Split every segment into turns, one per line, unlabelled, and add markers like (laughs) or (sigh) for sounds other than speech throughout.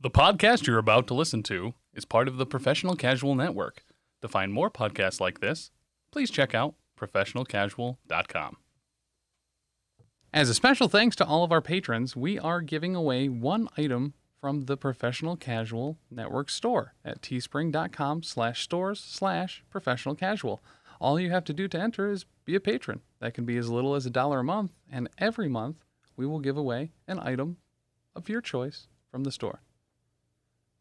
The podcast you're about to listen to is part of the Professional Casual Network. To find more podcasts like this, please check out professionalcasual.com. As a special thanks to all of our patrons, we are giving away one item from the Professional Casual Network store at teespring.com slash stores slash professional casual. All you have to do to enter is be a patron. That can be as little as a dollar a month, and every month we will give away an item of your choice from the store.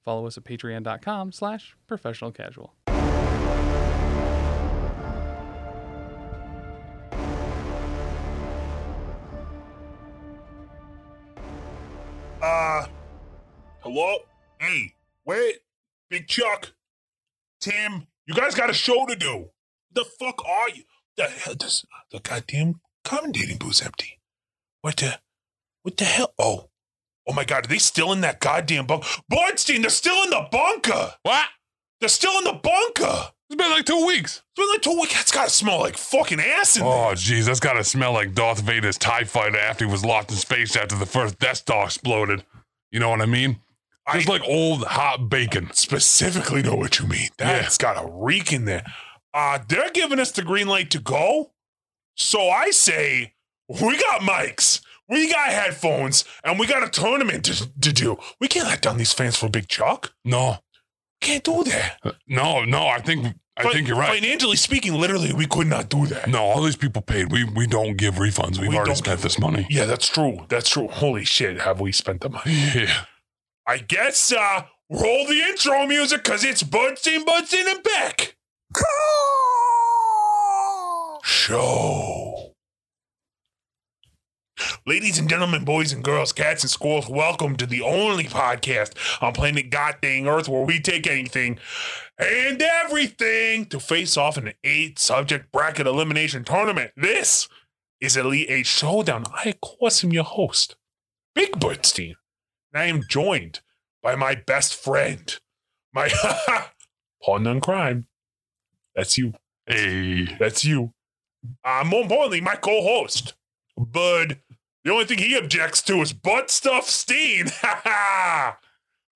Follow us at patreon.com slash professional casual.
Uh, hello? Hey, wait. Big Chuck, Tim, you guys got a show to do. The fuck are you? The hell does the goddamn commentating booth's empty? What the? What the hell? Oh, oh my god, are they still in that goddamn bunk? Bornstein, they're still in the bunker.
What?
They're still in the bunker.
It's been like two weeks.
It's been like two weeks. It's gotta smell like fucking ass in there.
Oh, jeez, that's gotta smell like Darth Vader's TIE fighter after he was locked in space after the first Death Star exploded. You know what I mean?
I-
It's like old hot bacon.
specifically know what you mean. That's got a reek in there. Uh, they're giving us the green light to go. So I say, we got mics, we got headphones, and we got a tournament to, to do. We can't let down these fans for Big Chuck.
No,
Can't do that.
no, no, I think I
Fin-
think you're right.
Financially speaking, literally, we could not do that.
No, all these people paid. We we don't give refunds. We've
We
already
don't
spent
give-
this money.
Yeah, that's true. That's true. Holy shit, have we spent the money?
(laughs) Yeah.
I guess uh roll the intro music because it's Budstein, Budstein, and Beck. Show. Ladies and gentlemen, boys and girls, cats and squirrels, welcome to the only podcast on planet God dang Earth where we take anything and everything to face off in an eight subject bracket elimination tournament. This is Elite Eight Showdown. I, of course, am your host, Big Budstein and I am joined by my best friend, my (laughs) partner in crime. That's you.
Hey.
That's you. Uh, more importantly, my co-host, Bud. The only thing he objects to is butt stuff steen. (laughs) Oh,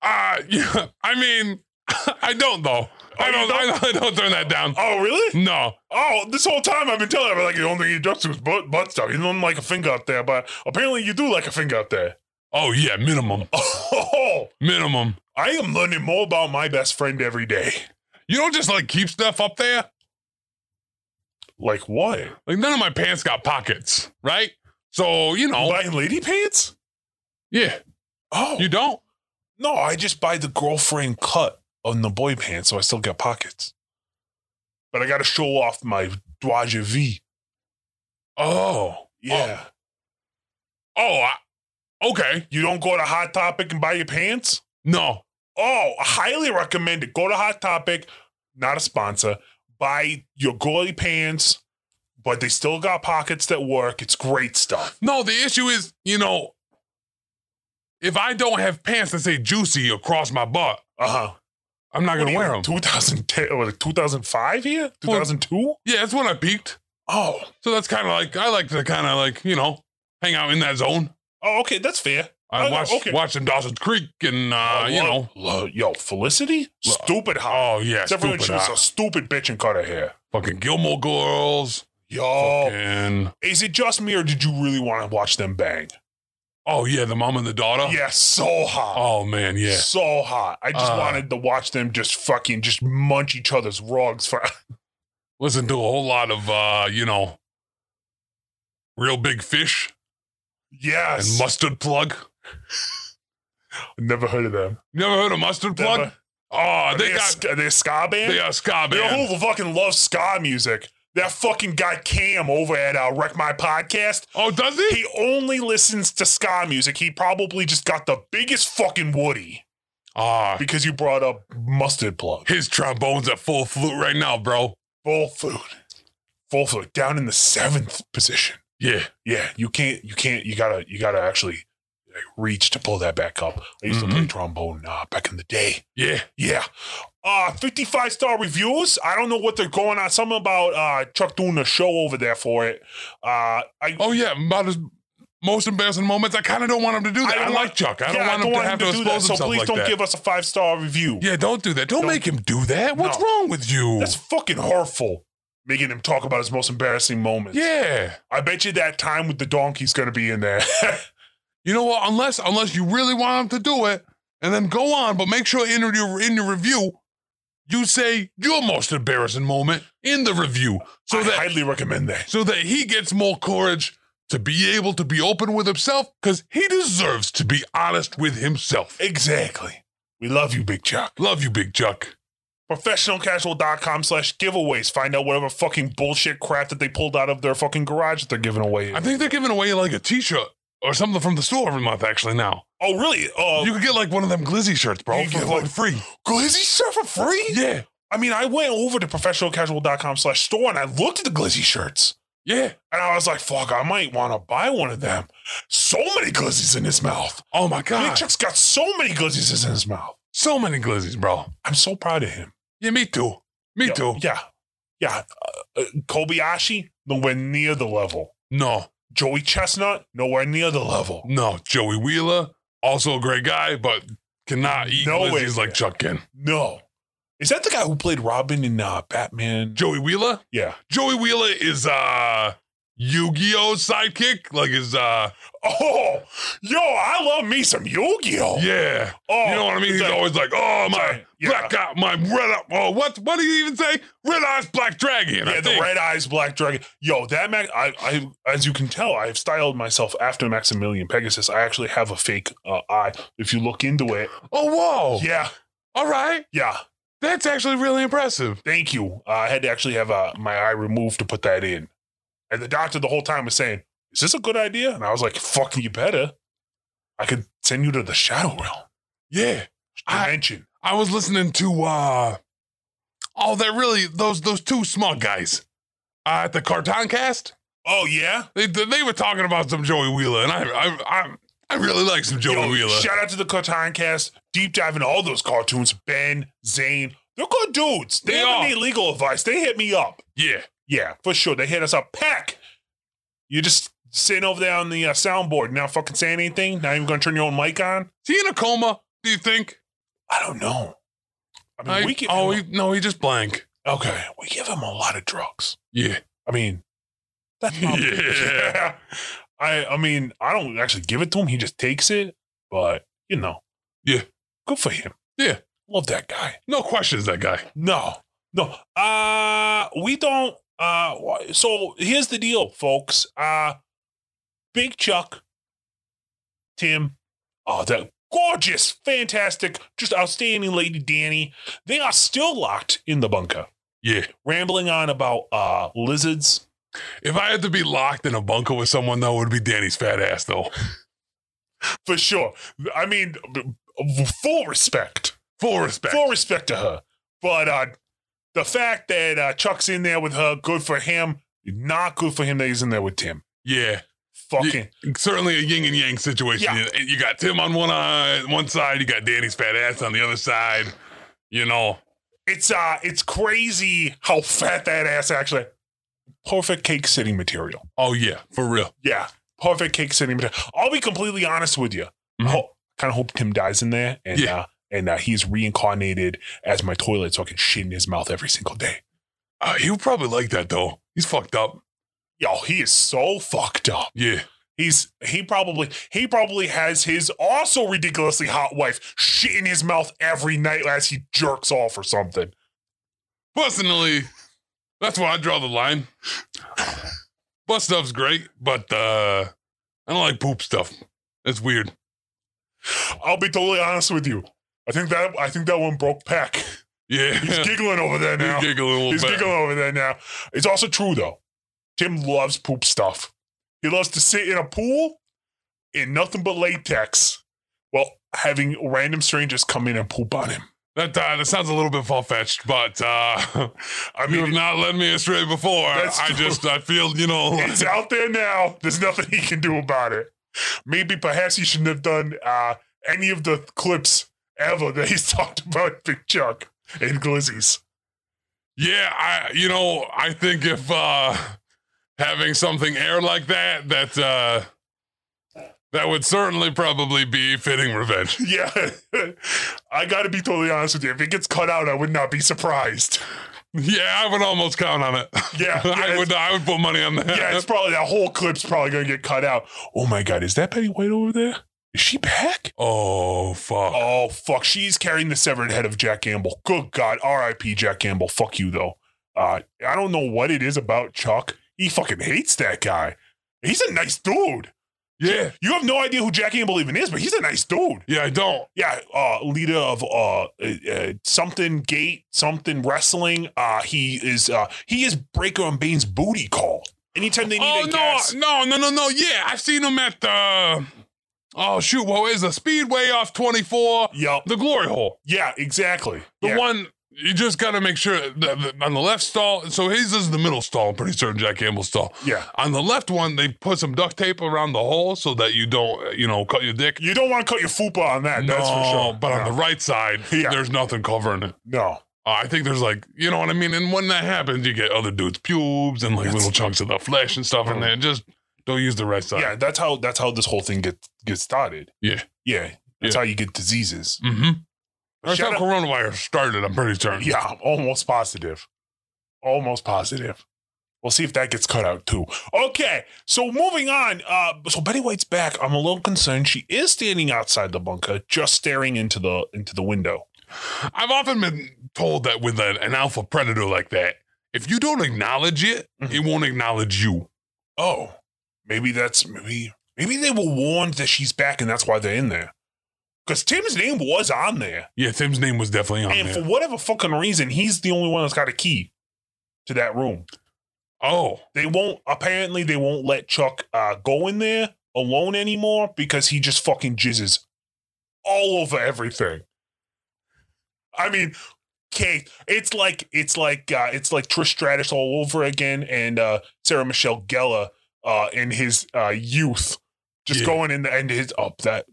Uh, (laughs) yeah, I mean, (laughs) I don't though. I
you
don't, I Oh, don't. (laughs) I don't turn that down.
oh, really?
No.
Oh, this whole time I've been telling him like the only thing he objects to is butt, butt stuff. He doesn't like a finger up there, but apparently you do like a finger up there. (laughs)
Oh yeah, minimum,
Oh,
minimum.
I am learning more about my best friend every day.
You don't just like keep stuff up there.
Like what?
Like none of my pants got pockets, right? So you know,
Buying lady pants?
yeah.
Oh,
You don't.
No, I just buy the girlfriend cut on the boy pants, so I still get pockets. But I got to show off my Dwaja V.
Oh.
Yeah.
Oh. I, okay.
You don't go to Hot Topic and buy your pants?
No.
Oh, I highly recommend it. Go to Hot Topic, not a sponsor. Buy your girly pants, but they still got pockets that work. It's great stuff.
No. The issue is, you know, if I don't have pants that say "juicy" across my butt,
Uh huh.
I'm not gonna wear them.
2010, or like 2005 here? 2002?
Yeah, that's when I peaked.
Oh.
So that's kind of like I like to kind of like you know hang out in that zone.
Oh, okay. That's fair.
I
Oh,
watch watched
okay.
watched some Dawson's Creek and uh,
Oh,
you
lo-
know
lo- yo, Felicity?
Lo-
Stupid hot.
oh yeah,
Except for when
stupid,
she was
uh,
a stupid bitch and cut her hair.
fucking Gilmore Girls
Yo,
and
is it just me or did you really want to watch them bang?
oh yeah, the mom and the daughter.
Yeah, so hot.
Oh man, yeah.
So hot. I just
Uh.
wanted to watch them just fucking just munch each other's rugs for (laughs)
Listen to a whole lot of uh, you know real big fish and
Yes.
mustard plug.
Never heard of them.
You ever heard of mustard plug?
Never.
Oh,
Are
they,
they, a
got
ska- are they a ska band?
they are ska
Yo,
band.
who fucking loves ska music? That fucking guy Cam over at uh, Wreck My Podcast.
Oh, does he?
He only listens to ska music. He probably just got the biggest fucking Woody
Ah,
because you brought up mustard plug.
his trombone's at full flute right now, bro.
Full food. Full food. Down in the seventh position.
Yeah.
Yeah, you can't you can't you gotta you gotta actually like, reach to pull that back up. I used
Mm-hmm.
to play trombone uh, back in the day.
Yeah.
Yeah. Uh 55 star reviews. I don't know what they're going on. Something about uh Chuck doing a show over there for it. Uh I
Oh yeah, about as most embarrassing moments. I kind of don't want him to do that. I,
don't
like
want-
Chuck. I
yeah,
don't want him to have to,
do
expose
that. So
himself
please
like
don't
that.
give us a five star review.
yeah, don't do that. Don't, make him do that. What's
No.
wrong with you?
That's fucking hurtful. Making him talk about his most embarrassing moments.
yeah.
I bet you that time with the donkey's gonna be in there. (laughs)
You know what? Unless unless you really want him to do it, and then go on, but make sure in your in your review, you say your most embarrassing moment in the review, so
I
that
highly recommend that.
so that he gets more courage to be able to be open with himself, because he deserves to be honest with himself.
Exactly. We love you, Big Chuck.
Love you, Big Chuck.
Professionalcasual.com slash giveaways. Find out whatever fucking bullshit crap that they pulled out of their fucking garage that they're giving away.
I think they're giving away like a T-shirt or something from the store every month. Actually, now
oh, really? Uh,
you could get like one of them Glizzy shirts, bro,
You
for
get
like
one-
free.
glizzy shirt for free?
Yeah,
I mean, I went over to professionalcasual.com slash store and I looked at the glizzy shirts.
yeah.
And I was like, fuck, I might want to buy one of them. So many glizzies in his mouth.
Oh my
Big
god,
Chuck's got so many glizzies in his mouth.
so many Glizzies, bro.
I'm so proud of him.
Yeah, me too. Me
Yo,
too.
Yeah. Yeah. Uh, uh, Kobayashi, nowhere near the level.
No,
Joey Chestnut, nowhere near the level.
no. Joey Wheeler, also a great guy, but cannot eat
No way.
Glizzies like Chuck can.
No. Is that the guy who played Robin in uh, Batman?
Joey Wheeler?
yeah.
Joey Wheeler is uh Yu-Gi-Oh sidekick. Like his uh
Oh, yo, I love me some Yu Gi Oh!
yeah.
Oh,
you know what I mean?
it's
He's
like-
always like, oh my
Sorry, yeah.
black eye, my red eye, oh what what do you even say? Red eyes black dragon. I
yeah, the
think.
red eyes, black dragon. Yo, that Mac, I, I, as you can tell, I've styled myself after Maximilian Pegasus. I actually have a fake uh, eye. If you look into it,
Oh whoa.
yeah,
All right.
yeah.
That's actually really impressive.
Thank you. Uh, I had to actually have uh, my eye removed to put that in, and the doctor the whole time was saying, "Is this a good idea?" And I was like, "Fuck, you better." I could send you to the shadow realm
Yeah. I-
dimension.
I was listening to uh oh they're really those those two smart guys. Uh, at the Cartoon Cast,
oh yeah,
they they were talking about some Joey Wheeler, and I I I, I really like some Joey
Yo,
Wheeler.
Shout out to the Cartoon Cast. Deep dive into all those cartoons. Ben, Zane, they're good dudes. They,
They
ever
are.
need legal advice. They hit me up.
yeah,
Yeah, for sure. They hit us up. Pack. You're just sitting over there on the uh, soundboard, not fucking saying anything. Not even gonna turn your own mic on.
Is he in a coma? Do you think?
I don't know. I mean,
I-
we give
oh,
him,
he, no, he just blank.
okay. We give him a lot of drugs.
Yeah.
I mean, that's (laughs) not
Yeah.
I I mean, I don't actually give it to him. He just takes it. But you know,
Yeah.
good for him.
Yeah.
love that guy.
No questions, that guy.
No, no. Uh we don't uh wh- so here's the deal, folks. Uh Big Chuck, Tim, oh that gorgeous, fantastic, just outstanding lady Danny. They are still locked in the bunker,
Yeah.
rambling on about uh lizards.
If I had to be locked in a bunker with someone, though, it would be Danny's fat ass, though.
For sure. I mean b- b- full respect.
Full respect.
Full respect to her. But uh the fact that uh, Chuck's in there with her, good for him. Not good for him that he's in there with Tim.
yeah.
Fucking
Certainly a yin and yang situation.
Yeah.
You, you got Tim on one eye, one side, you got Danny's fat ass on the other side. You know,
it's uh it's crazy how fat that ass actually perfect cake sitting material.
oh, yeah, for real.
Yeah. Perfect cake sitting material. I'll be completely honest with you.
Mhm.
I kind of hope Tim dies in there and
Yeah.
uh and uh, he's reincarnated as my toilet so I can shit in his mouth every single day.
Uh, he would probably like that, though. He's fucked up.
Yo, he is so fucked up.
Yeah.
He's he probably he probably has his also ridiculously hot wife shit in his mouth every night as he jerks off or something.
personally, that's where I draw the line. Butt stuff's great, but uh, I don't like poop stuff. It's weird.
I'll be totally honest with you. I think that I think that one broke Peck.
Yeah, (laughs)
He's giggling over there now.
He's giggling a little
He's
bit.
giggling over there now. It's also true though. Tim loves poop stuff. He loves to sit in a pool in nothing but latex while having random strangers come in and poop on him.
That uh, that sounds a little bit far fetched, but uh,
I
you have
mean,
not led me astray before.
That's
I
true.
just I feel you know.
(laughs) it's out there now. There's nothing he can do about it. Maybe perhaps he shouldn't have done uh, any of the clips ever that he's (laughs) talked about Big Chuck and Glizzy's.
Yeah, I you know I think if uh, having something air like that that uh, That would certainly probably be fitting revenge. (laughs)
Yeah. (laughs) I got to be totally honest with you. If it gets cut out, I would not be surprised. (laughs)
Yeah, I would almost count on it. (laughs)
Yeah,
I
yeah,
would. I would put money on that.
Yeah, it's probably that whole clip's probably going to get cut out. Oh my God. Is that Betty White over there? Is she back?
(laughs) oh fuck.
Oh, fuck. She's carrying the severed head of Jack Gamble. Good God. RIP Jack Gamble. Fuck you, though. Uh, I don't know what it is about Chuck. He fucking hates that guy. He's a nice dude.
yeah,
You have no idea who Jack Gamble even is, but he's a nice dude.
yeah. I don't.
Yeah, uh, leader of uh, uh, something gate, something wrestling. Uh, he is uh, he is Breaker and Bane's booty call. Anytime they need
Oh
a
no,
guest.
no, no, no, no. Yeah, I've seen him at the. Oh shoot, what is the Speedway off twenty four?
Yep.
The glory hole.
Yeah, exactly.
The
yeah.
one you just got to make sure that, that on the left stall. So his is the middle stall. I'm pretty certain Jack Campbell's stall.
yeah.
On the left one, they put some duct tape around the hole so that you don't, you know, cut your dick.
You don't want to cut your fupa on that.
no,
that's for sure.
but on the right side,
(laughs) Yeah.
there's nothing covering it.
no,
Uh, I think there's like, you know what I mean? And when that happens, you get other dudes' pubes and like
That's-
little chunks of the flesh
Oh.
and stuff in there. Just don't use the right side.
yeah, that's how that's how this whole thing gets gets started.
Yeah.
yeah, that's
Yeah.
how you get diseases.
Mm-hmm. That's
Shut
how
up.
coronavirus started, I'm pretty certain.
Yeah, I'm almost positive. Almost positive. We'll see if that gets cut out too. Okay, so moving on. Uh, so Betty White's back. I'm a little concerned. She is standing outside the bunker, just staring into the into the window.
I've often been told that with an, an alpha predator like that, if you don't acknowledge it,
Mhm.
it won't acknowledge you.
Oh, maybe that's maybe maybe they were warned that she's back, and that's why they're in there. Because Tim's name was on there,
Yeah, Tim's name was definitely on
and
there.
for whatever fucking reason, he's the only one that's got a key to that room.
oh,
they won't apparently they won't let Chuck uh, go in there alone anymore because he just fucking jizzes all over everything. I mean, Kate, it's like it's like uh, it's like Trish Stratus all over again, and uh, Sarah Michelle Gellar uh, in his uh, youth, just
Yeah.
going in the end. His up that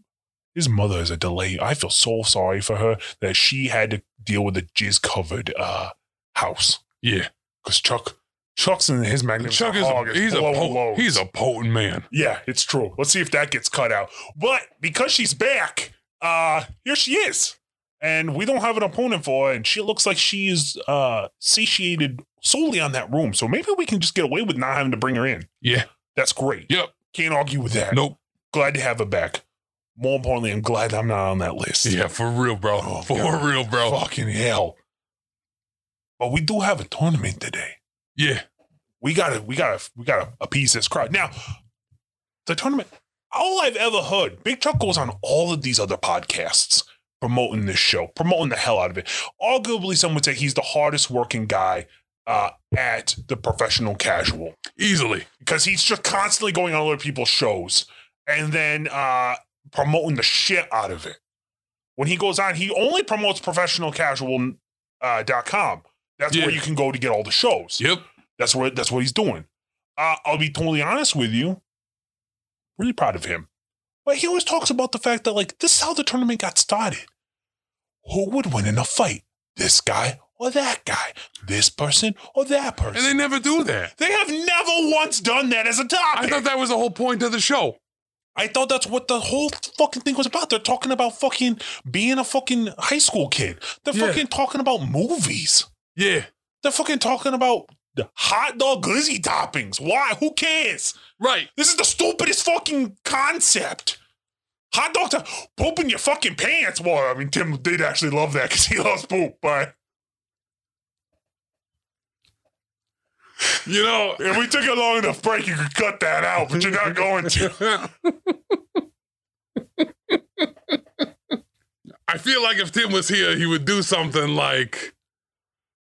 his mother is a delay. I feel so sorry for her that she had to deal with a jizz covered uh, house
yeah.
because Chuck, Chuck's in his magnificent
Chuck is,
hog
a, he's, a
blowing
po-
loads.
he's a potent man.
yeah, it's true. Let's see if that gets cut out. But because she's back, uh, here she is, and we don't have an opponent for her, and she looks like she is uh satiated solely on that room. So maybe we can just get away with not having to bring her in.
Yeah.
That's great.
Yep.
Can't argue with that.
Nope.
Glad to have her back. More importantly, I'm glad I'm not on that list.
Yeah, for real, bro.
Oh,
for
God.
real, bro.
Fucking hell. But we do have a tournament today.
Yeah.
we gotta we gotta we gotta appease this crowd now the tournament all i've ever heard big chuck goes on all of these other podcasts promoting this show promoting the hell out of it arguably some would say he's the hardest working guy uh, at the professional casual
Easily.
because he's just constantly going on other people's shows and then uh, promoting the shit out of it. When he goes on, he only promotes professionalcasual.com. Uh, dot com. that's where
Yeah.
you can go to get all the shows.
Yep.
That's what that's what he's doing. Uh, I'll be totally honest with you. Really proud of him. But he always talks about the fact that like this is how the tournament got started. Who would win in a fight? This guy or that guy? This person or that person?
And they never do that.
They have never once done that as a topic.
I thought that was the whole point of the show.
that's what the whole fucking thing was about. They're talking about fucking being a fucking high school kid. They're
Yeah.
fucking talking about movies.
Yeah.
They're fucking talking about the hot dog glizzy toppings. Why? Who cares?
Right.
This is the stupidest fucking concept. Hot dog to poop in your fucking pants. Well, I mean, Tim did actually love that because he (laughs) loves poop, but
You know,
if we took a long enough break, you could cut that out, but you're not going to.
(laughs) I feel like if Tim was here, he would do something like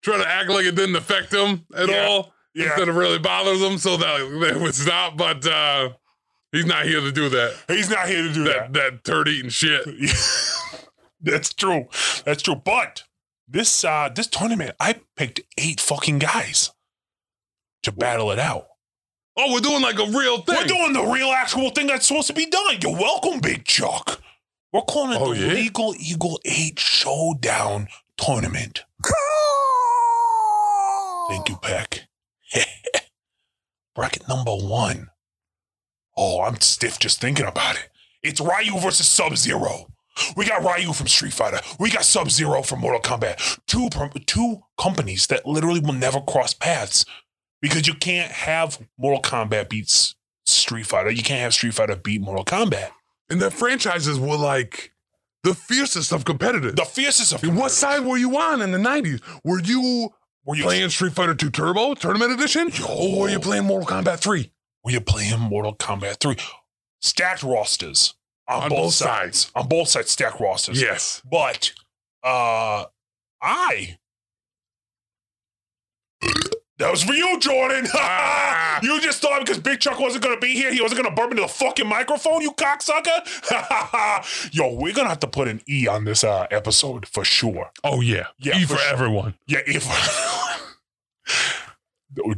try to act like it didn't affect him at
Yeah.
all
Yeah.
instead of really bothers him so that (laughs) that it would stop. But uh, he's not here to do that.
He's not here to do that.
That that turd eating shit.
(laughs) Yeah. That's true. That's true. But this uh this tournament, I picked eight fucking guys to battle it out.
Oh, we're doing like a real thing.
We're doing the real actual thing that's supposed to be done. You're welcome, Big Chuck. We're calling it
Oh,
the
yeah?
Legal Eagle 8 Showdown Tournament. Thank you, Peck. (laughs) Bracket number one. Oh, I'm stiff just thinking about it. It's Ryu versus Sub Zero. We got Ryu from Street Fighter. We got Sub Zero from Mortal Kombat. Two pro- two companies that literally will never cross paths because you can't have Mortal Kombat beats Street Fighter. You can't have Street Fighter beat Mortal Kombat.
And the franchises were like the fiercest of competitors.
The fiercest of
what side were you on in the 90s? Were you
were you
playing Street Fighter 2 Turbo Tournament Edition? Or were you playing Mortal Kombat 3?
were you playing Mortal Kombat three? Stacked rosters on,
On
both,
both
sides. On both sides, stacked rosters.
Yes.
But uh I That was for you, Jordan. (laughs)
Ah.
you just thought because Big Chuck wasn't gonna be here, he wasn't gonna burp into the fucking microphone, you cocksucker. (laughs) Yo, we're gonna have to put an E on this uh, episode for sure.
Oh, yeah.
Yeah,
e
for
for,
sure.
everyone.
Yeah, if (laughs)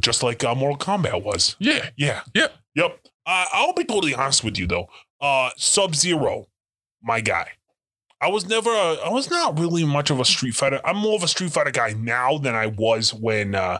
just like uh, Mortal Kombat was.
Yeah.
Yeah.
Yep.
Yep. Uh, I'll be totally honest with you though. Uh, Sub Zero, my guy. I was never. A, I was not really much of a Street Fighter. I'm more of a Street Fighter guy now than I was when uh,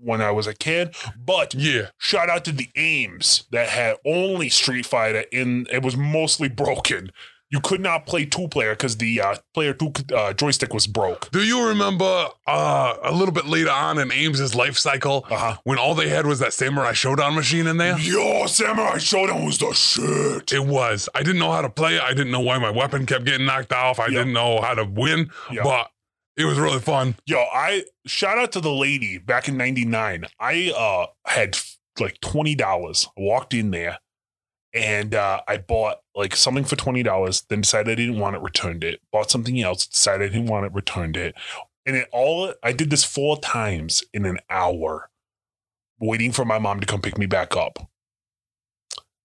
when I was a kid. But
Yeah.
shout out to the Ames that had only Street Fighter in. It was mostly broken. You could not play two player because the uh, player two uh, joystick was broke.
Do you remember uh, a little bit later on in Ames's life cycle
Uh huh.
when all they had was that Samurai Showdown machine in there?
Yo, Samurai Showdown was the shit.
It was. I didn't know how to play it. I didn't know why my weapon kept getting knocked off. I
Yeah.
didn't know how to win,
Yeah.
but it was really fun.
Yo, I shout out to the lady back in '99. I uh had like twenty dollars. Walked in there, and uh, I bought like something for twenty dollars. Then decided I didn't want it, returned it. Bought something else, decided I didn't want it, returned it. And it all I did this four times in an hour, waiting for my mom to come pick me back up.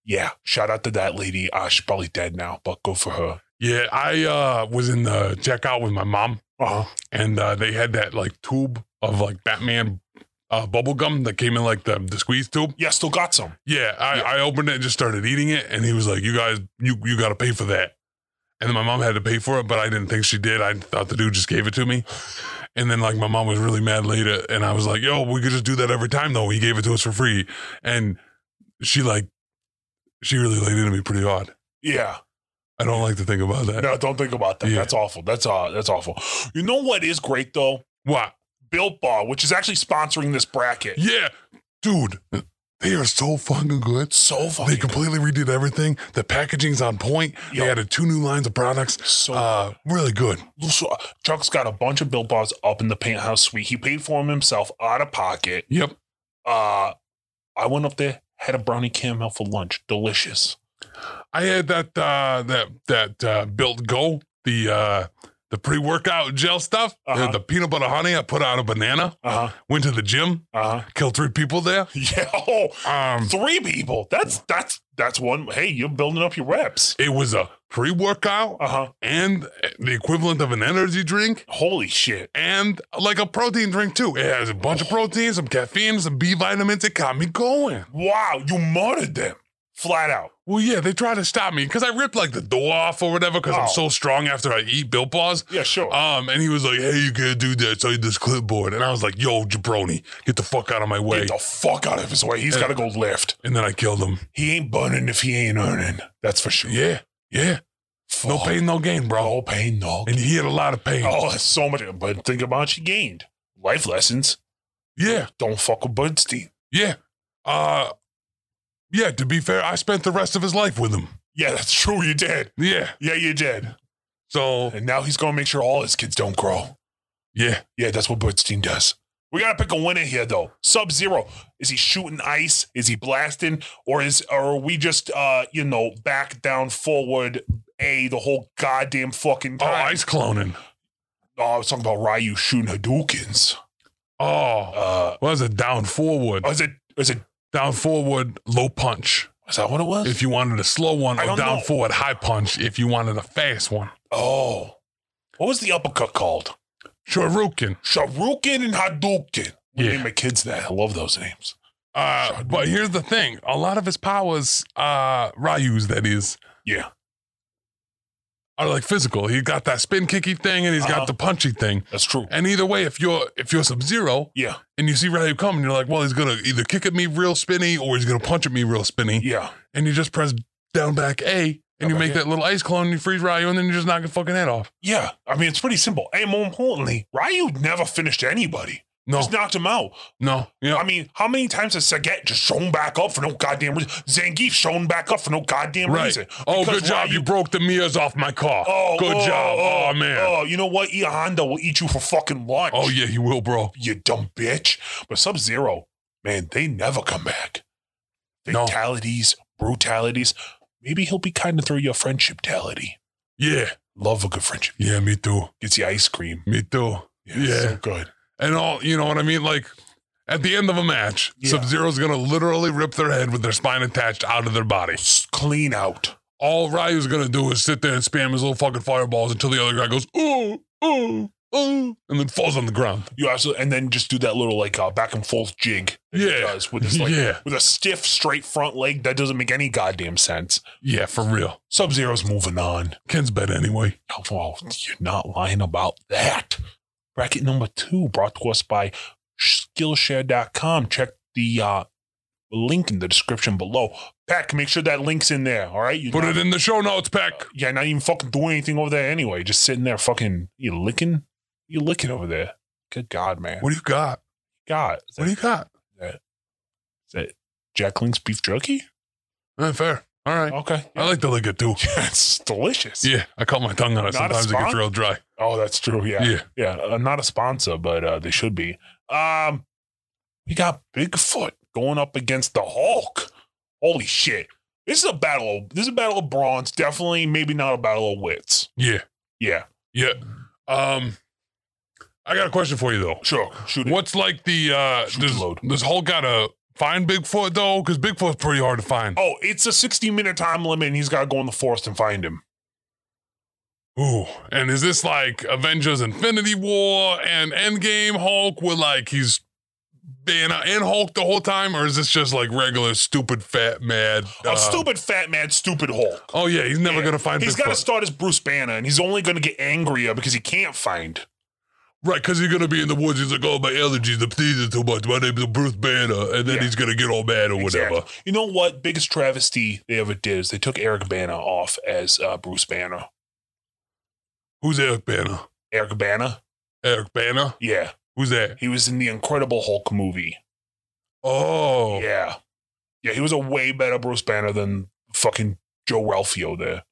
Yeah, shout out to that lady. Uh, she's probably dead now, but go for her.
Yeah, I uh, was in the checkout with my mom,
Uh-huh.
and uh, they had that like tube of like Batman uh, bubble gum that came in like the, the squeeze tube.
Yeah, still got some.
Yeah, I,
Yeah.
I opened it and just started eating it, and he was like, "You guys, you you got to pay for that." And then my mom had to pay for it, but I didn't think she did. I thought the dude just gave it to me. And then like my mom was really mad later, and I was like, "Yo, we could just do that every time though. He gave it to us for free." And she like, she really laid into me pretty hard.
Yeah.
I don't like to think about that.
No, don't think about that.
Yeah.
That's awful. That's uh, that's awful. You know what is great though?
What?
Built Bar, which is actually sponsoring this bracket.
Yeah, dude, they are so fucking good.
So
They
fucking
completely redid everything. The packaging's on point.
Yo.
They added two new lines of products.
so,
Uh, really good.
so- Chuck's got a bunch of Built Bars up in the penthouse suite. He paid for them himself out of pocket.
Yep.
Uh, I went up there, had a brownie caramel for lunch. Delicious.
I had that uh that that uh built go, the uh the pre-workout gel stuff,
Uh-huh.
the, the peanut butter honey. I put out a banana,
Uh huh.
went to the gym,
Uh huh.
killed three people there.
(laughs) Yeah. Oh,
Um
three people. That's that's that's one. Hey, you're building up your reps.
it was a pre-workout
Uh huh.
and the equivalent of an energy drink
Holy shit.
and like a protein drink too. It has a bunch of protein, some caffeine, some B vitamins. It got me going.
Wow, you murdered them flat out.
Well, yeah, they tried to stop me because I ripped like the door off or whatever because
Oh.
I'm so strong after I eat Built Bars.
Yeah, sure.
Um, and he was like, "Hey, you can't do that. So I this clipboard." And I was like, "Yo, jabroni, get the fuck out of my way!"
Get the fuck out of his way. He's got to go left.
And then I killed him.
He ain't burning if he ain't earning. That's for sure.
Yeah, yeah. No
Fuck.
pain, no gain, bro.
No pain, no.
And he had a lot of pain.
Oh, that's so much. But think about what you gained. Life lessons.
Yeah,
Don't fuck with Budstein.
yeah. Uh, yeah. To be fair, I spent the rest of his life with him.
Yeah, that's true. You did.
Yeah.
Yeah, you did.
So
And now he's going to make sure all his kids don't grow.
yeah,
Yeah, that's what Budstein does. We got to pick a winner here, though. Sub Zero. Is he shooting ice? Is he blasting? Or is or are we just, uh, you know, back down, forward, A, the whole goddamn fucking
oh,
time?
ice cloning.
Oh, I was talking about Ryu shooting Hadoukens.
Oh,
Uh,
was it down forward?
is it? Is it?
Down forward, low punch.
Is that what it was?
If you wanted a slow one,
I
or
don't
down
know.
forward, high punch. If you wanted a fast one,
oh, what was the uppercut called?
shuriken.
Sharukin and Hadouken. We
Yeah.
Name my kids that. I love those names.
Uh, but here's the thing: a lot of his powers, uh, Ryu's that is,
Yeah.
are like physical. He got that spin kicky thing, and he's
Uh-huh.
got the punchy thing.
That's true.
And either way, if you're if you're Sub Zero
Yeah.
and you see Ryu coming, you're like, well, he's gonna either kick at me real spinny or he's gonna punch at me real spinny.
Yeah.
And you just press down back A, And you
Okay.
make that little ice clone, you freeze Ryu, and then you just knock his fucking head off.
Yeah, I mean it's pretty simple. And more importantly, Ryu never finished anybody.
No,
Just knocked him out.
no, yeah,
I mean, how many times has Sagat just shown back up for no goddamn reason? Zangief shown back up for no goddamn
right.
reason.
Oh,
Because
good job,
Ryu-
you broke the Mias off my car.
Oh,
good
oh,
job. Oh, man. Oh.
Oh, you know what? Ia Honda will eat you for fucking lunch.
yeah, he will, bro.
you dumb bitch. But Sub Zero, man, they never come back.
No.
Fatalities, brutalities. Maybe he'll be kind of through your friendship tality.
Yeah,
Love a good friendship.
yeah, me too,
Gets you ice cream.
me too. Yeah,
So good.
and all you know what I mean. Like at the end of a match,
Yeah.
Sub Zero's gonna literally rip their head with their spine attached out of their body.
S- Clean out.
All Ryu's gonna do is sit there and spam his little fucking fireballs until the other guy goes ooh ooh ooh, and then falls on the ground.
You absolutely, and then just do that little like uh, back and forth jig. That he
Yeah.
does with this like
yeah,
with a stiff straight front leg that doesn't make any goddamn sense.
yeah, for real.
Sub Zero's moving on.
Ken's bed anyway.
Oh, well, you're not lying about that. Bracket number two brought to us by Skillshare.com. Check the uh, link in the description below. Peck, make sure that link's in there. All right, you
Put it in the show notes, Peck.
Yeah, not even fucking doing anything over there anyway. Just sitting there, fucking you licking, you licking over there. Good God, man.
What do you got?
God? Is
What do
that,
you got?
Jack Link's beef jerky?
Eh, fair. All right.
Okay, (laughs)
I like to lick it too.
it's delicious.
Yeah, I cut my tongue on it.
Not a
Sometimes it gets
spot?
real dry.
Oh, that's true. Yeah.
Yeah.
yeah, uh, not a sponsor, but uh, they should be. Um, we got Bigfoot going up against the Hulk. Holy shit! This is a battle. Of, this is a battle of bronze. Definitely, maybe not a battle of wits.
Yeah.
Yeah,
Yeah. Um, I got a question for you though.
sure. Shoot it.
What's like the uh
Shoot
does,
load.
does Hulk gotta find Bigfoot though? Because Bigfoot's pretty hard to find.
Oh, it's a sixty-minute time limit, and he's got to go in the forest and find him.
Ooh. And is this like Avengers Infinity War and Endgame Hulk where like he's Banner and Hulk the whole time, or is this just like regular stupid fat mad? uh,
a stupid fat man, stupid Hulk.
Oh yeah, he's never
Yeah.
gonna find
He's
Bigfoot.
got to start as Bruce Banner, and he's only going to get angrier because he can't find.
Right, because he's gonna be in the woods. He's like, "Oh, my allergies, I'm sneezing too much. My name's Bruce Banner," and then
Yeah.
he's gonna get all mad or whatever.
Exactly. You know what? Biggest travesty they ever did is they took Eric Banner off as uh, Bruce Banner.
Who's Eric Banner?
Eric Banner.
Eric Banner?
Yeah,
Who's that?
he was in the Incredible Hulk movie.
Oh,
Yeah, yeah, he was a way better Bruce Banner than fucking Joe Ralphio there.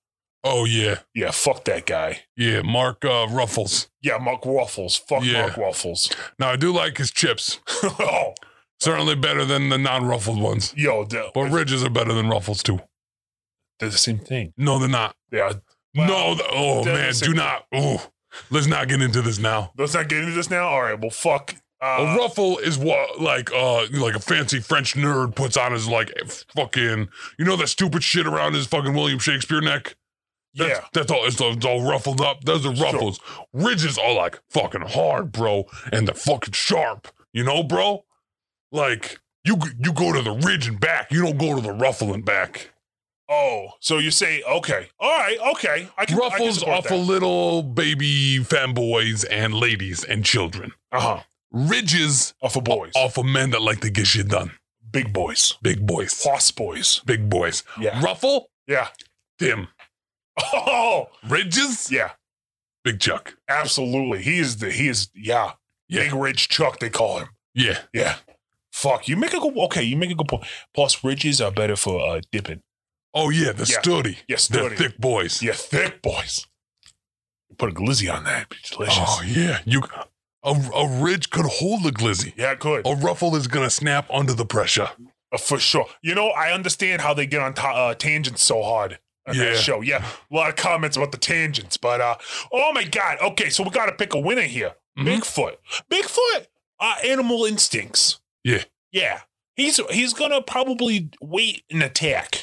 oh yeah,
Yeah, fuck that guy.
yeah. Mark uh, Ruffles.
Yeah, Mark Ruffles. Fuck
Yeah.
Mark Ruffles. (laughs)
Now I do like his chips.
oh,
Certainly better than the non-ruffled ones.
yo, they're,
But ridges are better than ruffles too.
they're the same thing.
No, they're not.
Yeah,
no,
Well,
th- oh
they're the
man, do
same-
not. Oh, let's not get into this now.
let's not get into this now. All right, well, fuck.
a
Uh,
ruffle is what like uh like a fancy French nerd puts on his like fucking you know that stupid shit around his fucking William Shakespeare neck. That's,
Yeah.
that's all. It's, all- it's all ruffled up. Those are
Sure.
ruffles. Ridges are like fucking hard, bro, and they're fucking sharp. You know, bro. Like you g- you go to the ridge and back. You don't go to the ruffle and back.
oh, so you say okay? All right, okay. I can.
Ruffles are for little baby fanboys and ladies and children.
Uh huh.
Ridges
Off of boys,
are for men that like to get shit done.
big boys,
Big boys.
horse boys.
Big boys.
Yeah.
Ruffle,
Yeah. (laughs)
Tim.
Oh,
Ridges,
yeah.
Big Chuck.
Absolutely. He is the he is yeah.
Yeah.
Big Ridge Chuck, they call him.
Yeah.
Yeah. Fuck. You make a good okay, you make a good point. Plus ridges are better for uh dipping.
Oh yeah, they're
Yeah.
sturdy.
Yeah,
They're
sturdy.
thick boys.
Yeah, thick boys. Put a glizzy on that. It'd be delicious.
Oh yeah. You a, a ridge could hold a glizzy.
yeah, it could.
A ruffle is gonna snap under the pressure.
Uh, for sure. You know, I understand how they get on ta- uh, tangents so hard. On
Yeah.
That show. Yeah. A lot of comments about the tangents, but uh oh my god. Okay, so we got to pick a winner here.
Mhm.
Bigfoot. Bigfoot uh animal instincts.
Yeah.
Yeah. He's he's going to probably wait and attack.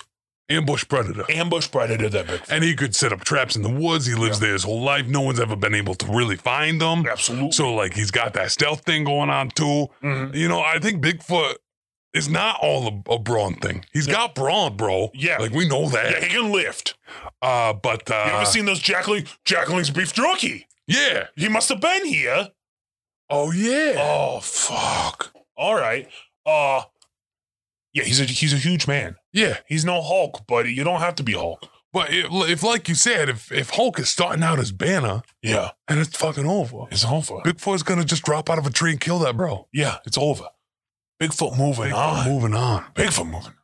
Ambush predator.
Ambush predator that Bigfoot.
And he could set up traps in the woods. He lives there his whole life. No one's ever been able to really find him.
Absolutely.
So like he's got that stealth thing going on too.
Mhm.
You know, I think Bigfoot is not all a, a brawn thing. He's
Yeah.
got brawn, bro.
Yeah.
Like we know
Yeah,
that.
he can lift.
Uh but
You
uh
ever seen those Jacqueline Jacqueline's beef jerky?
yeah.
He must have been here.
Oh yeah.
Oh fuck. All right. Uh yeah, he's a he's a huge man.
yeah.
He's no Hulk, buddy. You don't have to be Hulk.
But if, if, like you said, if, if Hulk is starting out as Banner,
Yeah,
and it's fucking over.
it's over.
Big Four's gonna just drop out of a tree and kill that bro.
Yeah, it's over. Bigfoot moving
Big
on.
Four moving on.
Bigfoot moving.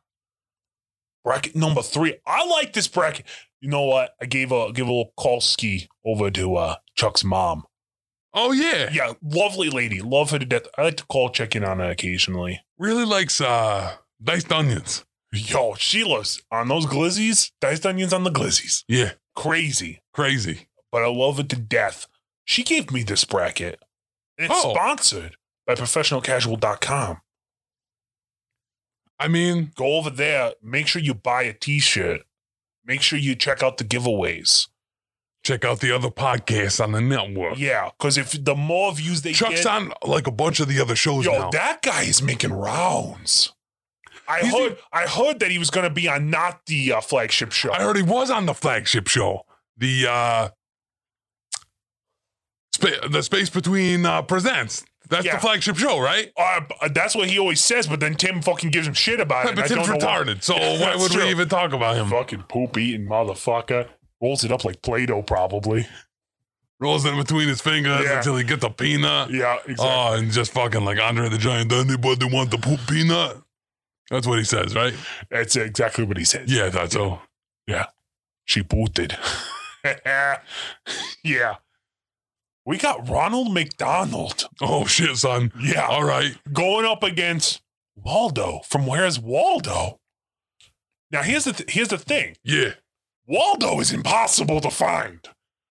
Bracket number three. I like this bracket. You know what? I gave a give a little call ski over to uh, Chuck's mom.
Oh yeah.
Yeah, lovely lady. Love her to death. I like to call check in on her occasionally.
Really likes uh diced onions.
Yo, Sheila's on those glizzies, diced onions on the glizzies.
Yeah.
Crazy.
Crazy.
But I love it to death. She gave me this bracket. And it's
Oh.
sponsored by professionalcasual.com.
I mean,
Go over there, make sure you buy a t-shirt. Make sure you check out the giveaways.
check out the other podcasts on the network.
Yeah, because if the more views they
Chuck's
get,
on like a bunch of the other shows
yo,
now.
that guy is making rounds. I
He's
heard, I heard that he was going to be on not the uh, flagship show.
I heard he was on the flagship show. The uh spa- the space between uh presents. That's
Yeah.
the flagship show, right?
Uh, b- that's what he always says, but then Tim fucking gives him shit
(laughs)
about it.
But
and I
Tim's
don't know why.
retarded,
(laughs)
so
Yeah,
why
that's
would
true.
we even talk about him?
Fucking poop eating motherfucker rolls it up like Play-Doh, probably.
Rolls it between his fingers
Yeah.
until he gets a peanut. (laughs)
Yeah, exactly.
Oh, and just fucking like Andre the Giant. Does anybody want the poop peanut? That's what he says, right?
that's exactly what he says.
Oh. Yeah, that's so.
She booted. (laughs) yeah. We got Ronald McDonald.
Oh shit, son.
Yeah.
All right.
going up against Waldo from Where's Waldo? Now here's the th- here's the thing.
Yeah.
Waldo is impossible to find.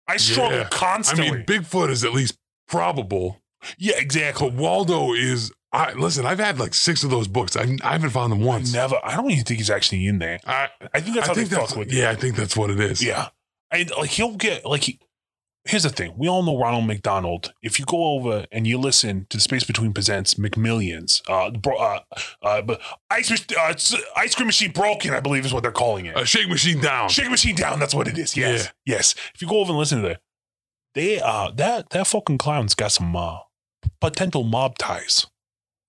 I struggle
Yeah. I
constantly.
mean, Bigfoot is at least probable,
yeah, exactly.
but Waldo is. I listen. I've had like six of those books. I, I haven't found them once.
Never. I don't even think he's actually in there.
I,
I think that's
I
how
think
they
that's
fuck with.
yeah. I think that's what it is.
It. Yeah. And like he'll get like he. Here's the thing. We all know Ronald McDonald. If you go over and you listen to Space Between Presents McMillions, uh, bro, uh, uh, but ice, mach- uh, s- ice cream machine broken, I believe is what they're calling it.
Uh, shake machine down.
Shake machine down. That's what it is. Yes, yes. If you go over and listen to that, they uh that that fucking clown's got some uh, potential mob ties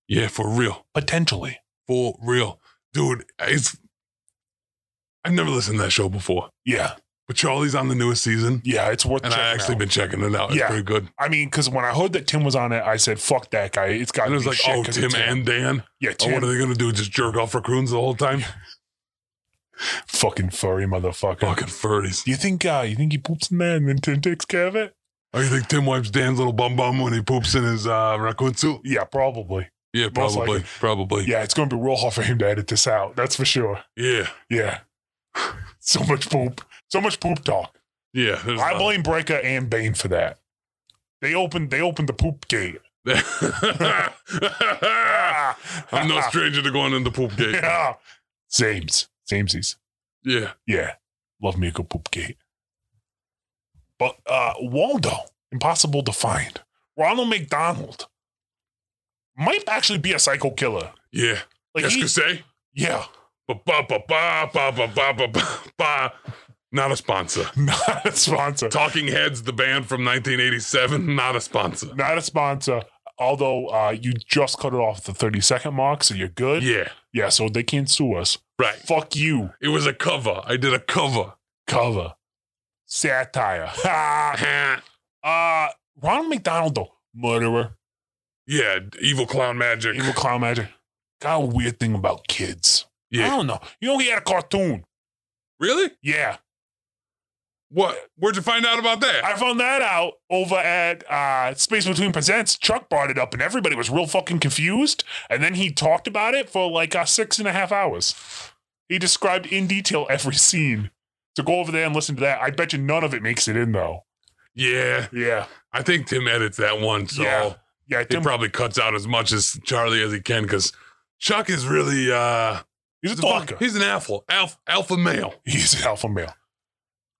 Yeah, for real,
potentially.
for real, dude. It's. I've never listened to that show before,
Yeah,
but Charlie's on the newest season,
yeah. It's worth.
and
checking
I actually
out.
been checking it out. It's
Yeah.
pretty good.
I mean, because when I heard that Tim was on it, I said, "Fuck that guy." It's got.
And it was like, oh, Tim and Dan.
yeah,
Oh, what
Tim,
are they gonna do? Just jerk off raccoons the whole time?
fucking furry motherfucker.
Fucking furries.
Do you think uh you think he poops in there and then Tim takes care of it?
Oh, you think Tim wipes Dan's little bum bum when he poops in his uh, raccoon suit?
Yeah, probably.
Yeah,
Most likely.
probably, probably. Yeah.
Yeah, it's gonna be real hard for him to edit this out. That's for sure.
yeah,
Yeah. (laughs) so much poop. So much poop talk.
there's
I
not-
blame Breaker and Bane for that. They opened they opened the poop gate.
(laughs)
Ah!
I'm no stranger to going in the poop gate. Yeah.
yeah. Sames. Samesies. Yeah. Love me a good poop gate. But uh Waldo, impossible to find. Ronald McDonald might actually be a psycho killer.
yeah.
Like
yes,
he-
could say.
yeah, (laughs)
Ba ba ba ba ba ba ba ba ba ba. Not a sponsor.
not a sponsor.
Talking Heads, the band from 1987, (laughs) not a sponsor.
Not a sponsor. Although uh you just cut it off the 30 second mark, so you're good.
Yeah,
yeah so they can't sue us.
right.
Fuck you.
It was a cover. I did a cover. (laughs)
cover satire. (laughs) Ha! uh, Ronald McDonald though, murderer,
yeah, evil clown magic.
evil clown magic. Got a weird thing about kids. I
yeah.
don't know. You know he had a cartoon.
Really?
Yeah,
What? Where'd you find out about that?
I found that out over at uh, Space Between Presents. Chuck brought it up, and everybody was real fucking confused. And then he talked about it for like uh, six and a half hours. He described in detail every scene. So go over there and listen to that. I bet you none of it makes it in though.
yeah,
Yeah,
I think Tim edits that one, so
Yeah. yeah.
he
Tim,
probably cuts out as much as Charlie as he can because Chuck is really uh,
he's a
he's a fuck-
talker.
He's an alpha, alpha, alpha male.
He's an alpha male.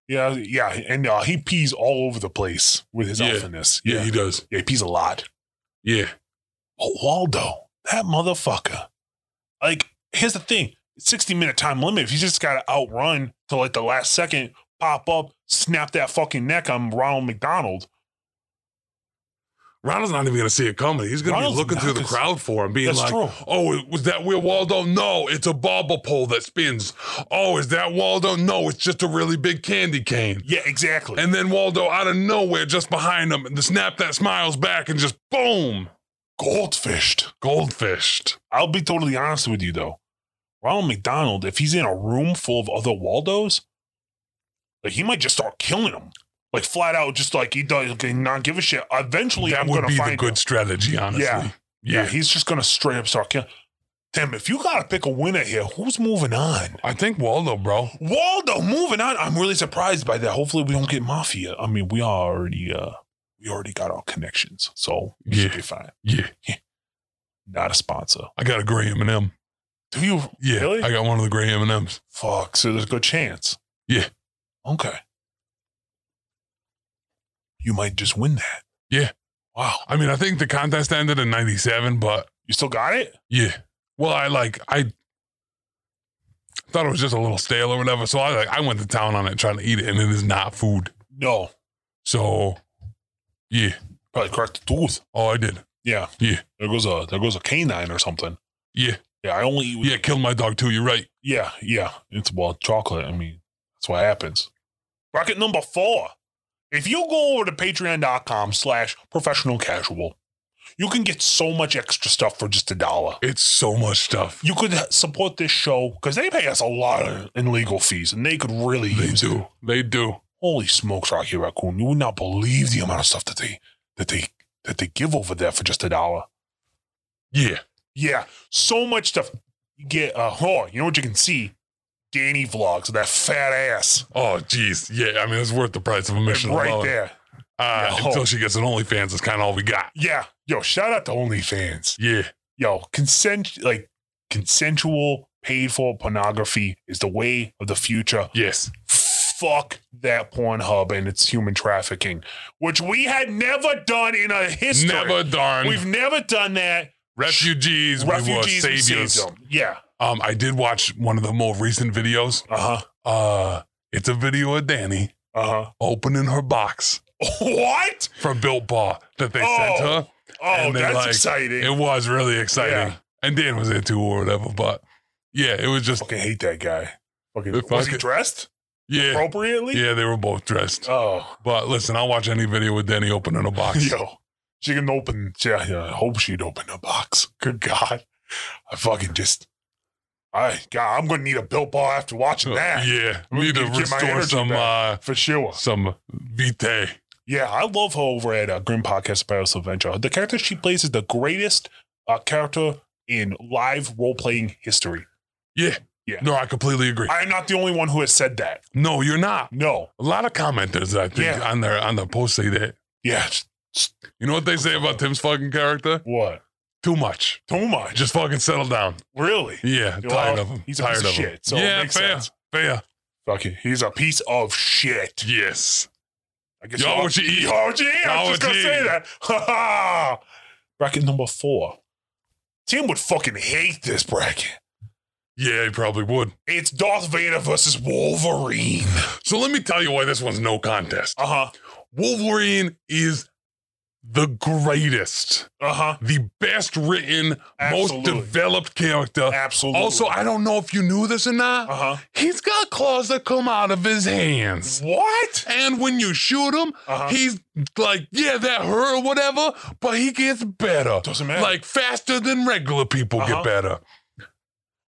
Yeah, yeah, and uh, he pees all over the place with his
Yeah.
alphaness.
Yeah,
Yeah. yeah,
he does.
he pees a lot.
Yeah,
But Waldo, that motherfucker. Like, here's the thing: sixty minute time limit. If you just gotta outrun to like the last second, pop up, snap that fucking neck. I'm Ronald McDonald.
Ronald's not even going to see it coming. He's going to be
Ronald's
looking
not
through the
gonna
crowd for him, being
That's
like,
true.
"Oh, it- was that Will Waldo? No, it's a bobble pole that spins. Oh, is that Waldo? No, it's just a really big candy cane."
Yeah, exactly.
And then Waldo, out of nowhere, just behind him, the snap that smiles back, and just boom,
goldfished.
goldfished.
I'll be totally honest with you though. Ronald McDonald, if he's in a room full of other Waldos, like he might just start killing them. Like flat out, just like he does like, not give a shit. Eventually
that
I'm
would
gonna
be the
find
good
him.
strategy, honestly.
Yeah. Yeah.
yeah.
he's just gonna straight up start killing. Damn, if you gotta pick a winner here, who's moving on?
I think Waldo, bro.
Waldo moving on. I'm really surprised by that. Hopefully we don't get mafia. I mean, we already uh we already got our connections, so we should
Yeah.
be fine.
Yeah,
Not a sponsor.
I got a gray M and m
Do you
Yeah,
Really?
I got one of the gray M and M's.
Fuck. So there's a good chance.
Yeah.
Okay. You might just win that.
Yeah.
Wow.
I mean, I think the contest ended in '97, but
You still got it?
yeah. Well, I like I thought it was just a little stale or whatever, so I like I went to town on it trying to eat it, and it is not food.
No.
So, yeah.
Probably cracked the tooth.
Oh, I did.
Yeah.
Yeah.
There goes a there goes a canine or something.
Yeah,
Yeah. I only eat with,
yeah. Killed my dog too. You're right.
yeah. yeah. It's well chocolate. I mean, that's what happens. Bracket number four. If you go over to patreon.com slash professional casual, you can get so much extra stuff for just a dollar.
It's so much stuff.
you could support this show because they pay us a lot in legal fees and they could really
They
use it.
do. They do.
Holy smokes, Rocky Raccoon. You would not believe the amount of stuff that they that they that they give over there for just a dollar.
Yeah.
Yeah. So much stuff. You get uh oh, you know what you can see? Danny vlogs that fat ass.
Oh, geez. Yeah. I mean, it's worth the price of admission.
right
alone.
there.
Uh,
Yo.
Until she gets an OnlyFans, that's kind of all we got.
Yeah. Yo, shout out to OnlyFans.
Yeah.
Yo, consent like consensual paid for pornography is the way of the future.
Yes.
fuck that Pornhub and its human trafficking, which we had never done in our history.
Never darn.
We've never done that.
refugees,
Refugees,
we
we
were
saved
saviors.
them. Yeah.
Um, I did watch one of the more recent videos.
Uh huh.
Uh, it's a video of Danny
Uh huh.
opening her box
(laughs) What?
from Built Bar that they sent
Oh.
her.
Oh,
And they
that's
like-
exciting.
It was really exciting,
Yeah.
and Dan was into or whatever. But yeah, it was just
fucking hate that guy. Fucking,
If I
was he
could-
dressed
yeah,
appropriately?
yeah. They were both dressed.
Oh,
But listen, I'll watch any video with Danny opening a box.
(laughs) yo. She can open. Yeah, yeah. I hope she'd open a box. Good God. I fucking just. I God, I'm gonna need a built ball after watching that
Oh, yeah,
I'm
need to
gonna get my
restore
energy
some uh,
for sure.
some vitae.
Yeah, I love her over at uh, Grim Podcast Spirals Adventure. The character she plays is the greatest uh, character in live role playing history.
Yeah,
Yeah.
No, I completely agree.
I am not the only one who has said that.
no, you're not.
No.
A lot of commenters, I think,
Yeah.
on their on their post say that.
Yeah.
You know what they say about Tim's fucking character?
What?
Too much.
Too much.
Just fucking settle down.
Really?
Yeah,
Well,
tired of him.
he's a
tired
piece
of
of
him.
shit, so it
yeah,
makes
fair,
sense.
fair.
Fucking, he's a piece of shit.
Yes.
I guess
Y'all what you eat?
Y'all what you eat? I
Y'all
was just going
what
to
you
say
eat.
that. Ha ha. (laughs) Bracket number four. Tim would fucking hate this bracket.
Yeah, he probably would.
It's Darth Vader versus Wolverine.
So let me tell you why this one's no contest.
Uh huh.
Wolverine is the greatest,
Uh huh.
the best written, most
Absolutely.
developed character.
Absolutely.
Also, I don't know if you knew this or not.
uh huh.
He's got claws that come out of his hands.
What?
And when you shoot him,
Uh-huh.
he's like, yeah, that hurt or whatever, but he gets better.
Doesn't matter.
Like faster than regular people
Uh-huh.
get better.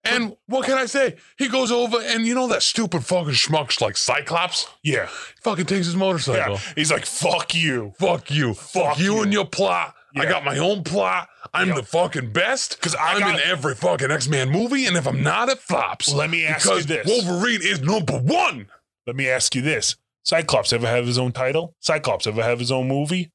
And what can I say? He goes over and you know that stupid fucking schmuck's like Cyclops?
Yeah.
Fucking takes his motorcycle.
Yeah. He's like, fuck you.
Fuck you. Fuck, you,
you.
and your plot. I
Yeah.
got my own plot. I'm
Yep.
the fucking best. Because
I
I'm
got-
in every fucking X-Men movie, and if I'm not, it flops.
Let me ask
because
you this.
Wolverine is number one.
Let me ask you this. Cyclops ever have his own title? Cyclops ever have his own movie?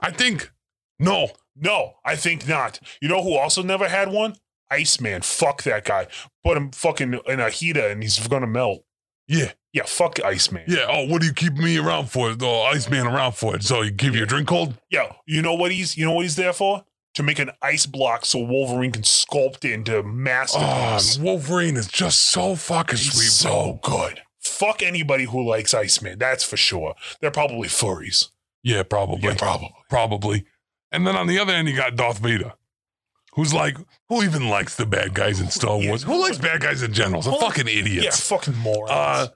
I think. No.
No, I think not. You know who also never had one? Iceman. Fuck that guy. Put him fucking in a heater and he's gonna melt.
Yeah.
Yeah, fuck Iceman. Yeah.
Yeah. Oh, what do you keep me around for? Oh, Iceman around for it. So you keep your drink cold?
Yo, you know what he's you know what he's there for? To make an ice block so Wolverine can sculpt into master.
Oh,
class.
Wolverine is just so fucking
He's
sweet,
so
bro.
good. Fuck anybody who likes Iceman, that's for sure. They're probably furries.
Yeah, probably.
Yeah, probably.
probably. And then on the other end, you got Darth Vader, who's like, who even likes the bad guys in Star
Yeah.
Wars? Who likes bad guys in general? They're
Who-
fucking
Yeah,
idiots.
fucking morons.
Uh,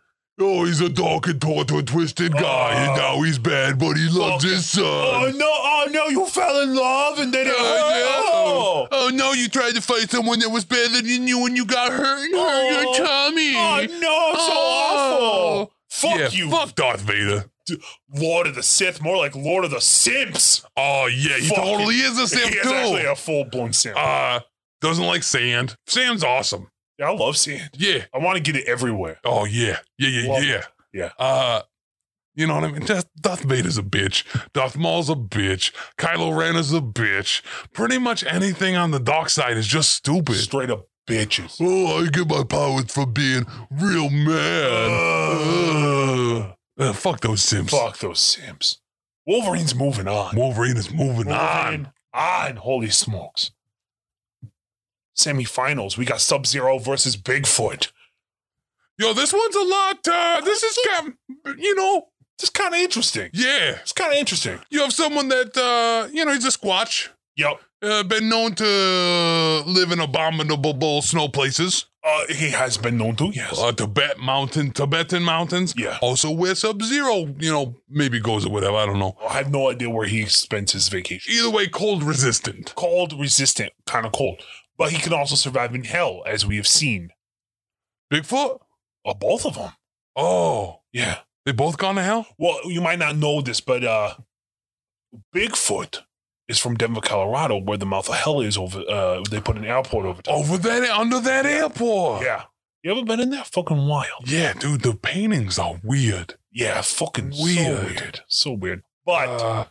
oh, he's a dark and tortured, twisted guy, and
Uh,
now he's bad, but he loves
fuck.
his son.
oh no! Oh no! You fell in love and then it
Oh,
hurt. Oh,
no. Oh, no, you tried to fight someone that was better than you and you got hurt and hurt
Oh.
your tummy.
oh no! So awful.
Oh.
Fuck
Yeah,
you,
Fuck Darth Vader.
Lord of the Sith. More like Lord of the Simps.
Oh, yeah, he
Fuck
totally is
(laughs)
a
He
simp,
is actually
too.
a full blown simp.
Uh, doesn't like sand. Sand's awesome.
Yeah, I love sand.
Yeah.
I want to get it everywhere.
Oh yeah. Yeah, yeah,
Love
yeah.
Yeah.
Uh you know what I mean? Darth, Darth Vader's a bitch. Darth Maul's a bitch. Kylo Ren is a bitch. Pretty much anything on the dark side is just stupid.
Straight up bitches.
Oh, I get my powers from being real man.
Ugh.
Uh, fuck those Sims.
Fuck those Sims. Wolverine's moving on.
Wolverine is moving on.
Wolverine on. Holy smokes. Semifinals. We got Sub Zero versus Bigfoot.
Yo, this one's a lot. Uh, this is kind, of, you know,
This is kind of interesting.
yeah.
It's kind of interesting.
You have someone that, uh, you know, he's a Squatch.
Yep.
uh, been known to live in abominable snow places,
Uh, he has been known to, yes.
uh, Tibet mountain, Tibetan mountains.
yeah.
Also, where Sub Zero, you know, maybe goes or whatever. I don't know.
I have no idea where he spends his vacation.
Either way, cold resistant.
Cold, resistant, kind of cold. But he can also survive in hell, as we have seen.
Bigfoot.
Uh, both of them.
Oh,
Yeah.
they both gone to hell.
Well, you might not know this, but uh, Bigfoot is from Denver, Colorado, where the mouth of hell is. Over, uh, they put an airport over. Top.
Over that, under that airport.
yeah. You ever been in there? Fucking wild.
Yeah, dude. The paintings are weird.
Yeah, fucking
Weird.
So weird. So weird. But
Uh,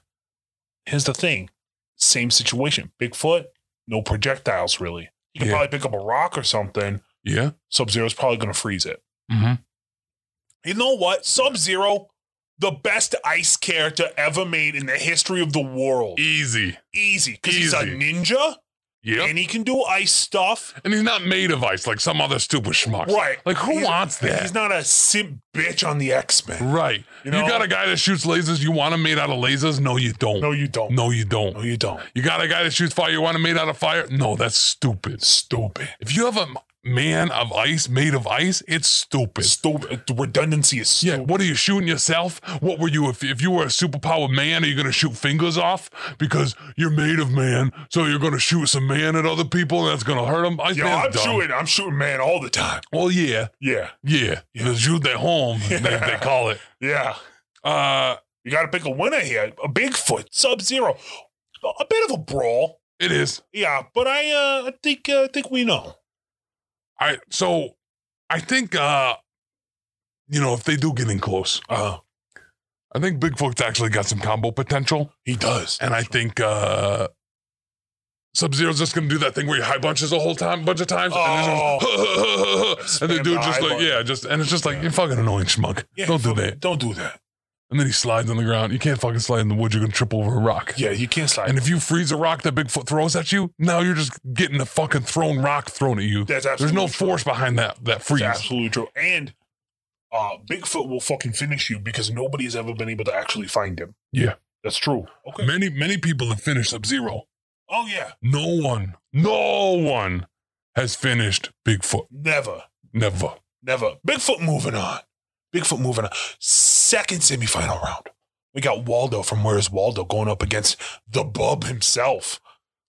here's the thing: same situation. Bigfoot, no projectiles really. You can
Yeah.
probably pick up a rock or something.
yeah.
Sub Zero's probably gonna freeze it.
Mm-hmm.
You know what? Sub Zero, the best ice character ever made in the history of the world.
Easy.
Easy, because he's a
E-, Easy.
ninja.
Yeah.
and he can do ice stuff.
And he's not made of ice like some other stupid schmucks.
Right.
Like who
He's-
wants that?
He's not a simp bitch on the X Men.
Right.
You
You,
know?
got a guy that shoots lasers. You want him made out of lasers? No, you don't.
No,
No,
you don't.
you
No,
don't.
you don't.
You got a guy that shoots fire. You want him made out of fire? No, that's stupid.
Stupid.
If you have a m- man of ice made of ice, it's stupid.
Stupid. The redundancy is
Yeah.
stupid.
What are you shooting yourself? What were you if if you were a superpower man? Are you gonna shoot fingers off because you're made of man? So you're gonna shoot some man at other people and that's gonna hurt them? Ice
Yo,
Man's
I'm
dumb.
shooting. I'm shooting man all the time.
Well, yeah,
Yeah,
yeah. Shoot that home.
(laughs)
They, they call it.
yeah.
Uh,
You got to pick a winner here. A Bigfoot, Sub Zero, a bit of a brawl.
it is.
Yeah, but I, uh, I think, uh, I think we know.
I so I think uh you know if they do get in close,
Uh,
I think Bigfoot's actually got some combo potential,
he does.
and I think uh Sub Zero's just gonna do that thing where you high bunches the whole time, bunch of times, and, it's just, (laughs) and the
Spam
dude
Oh. the
just
high
like
button.
yeah, just and it's just like you're fucking annoying schmuck.
Yeah,
Don't do
fuck-
that.
Don't do that.
And then he slides on the ground. You can't fucking slide in the woods. You're gonna trip over a rock.
Yeah, you can't slide.
And if you freeze a rock that Bigfoot throws at you, now you're just getting a fucking thrown rock thrown at you.
That's
There's no
absolutely true.
force behind that that freeze.
It's absolutely true. And uh, Bigfoot will fucking finish you because nobody has ever been able to actually find him.
Yeah.
That's true. Okay.
Many many people have finished Sub Zero.
Oh, yeah.
No one, no one has finished Bigfoot.
Never.
Never.
Never. Bigfoot moving on. Bigfoot moving on. Second semifinal round. We got Waldo from Where's Waldo going up against the Bub himself,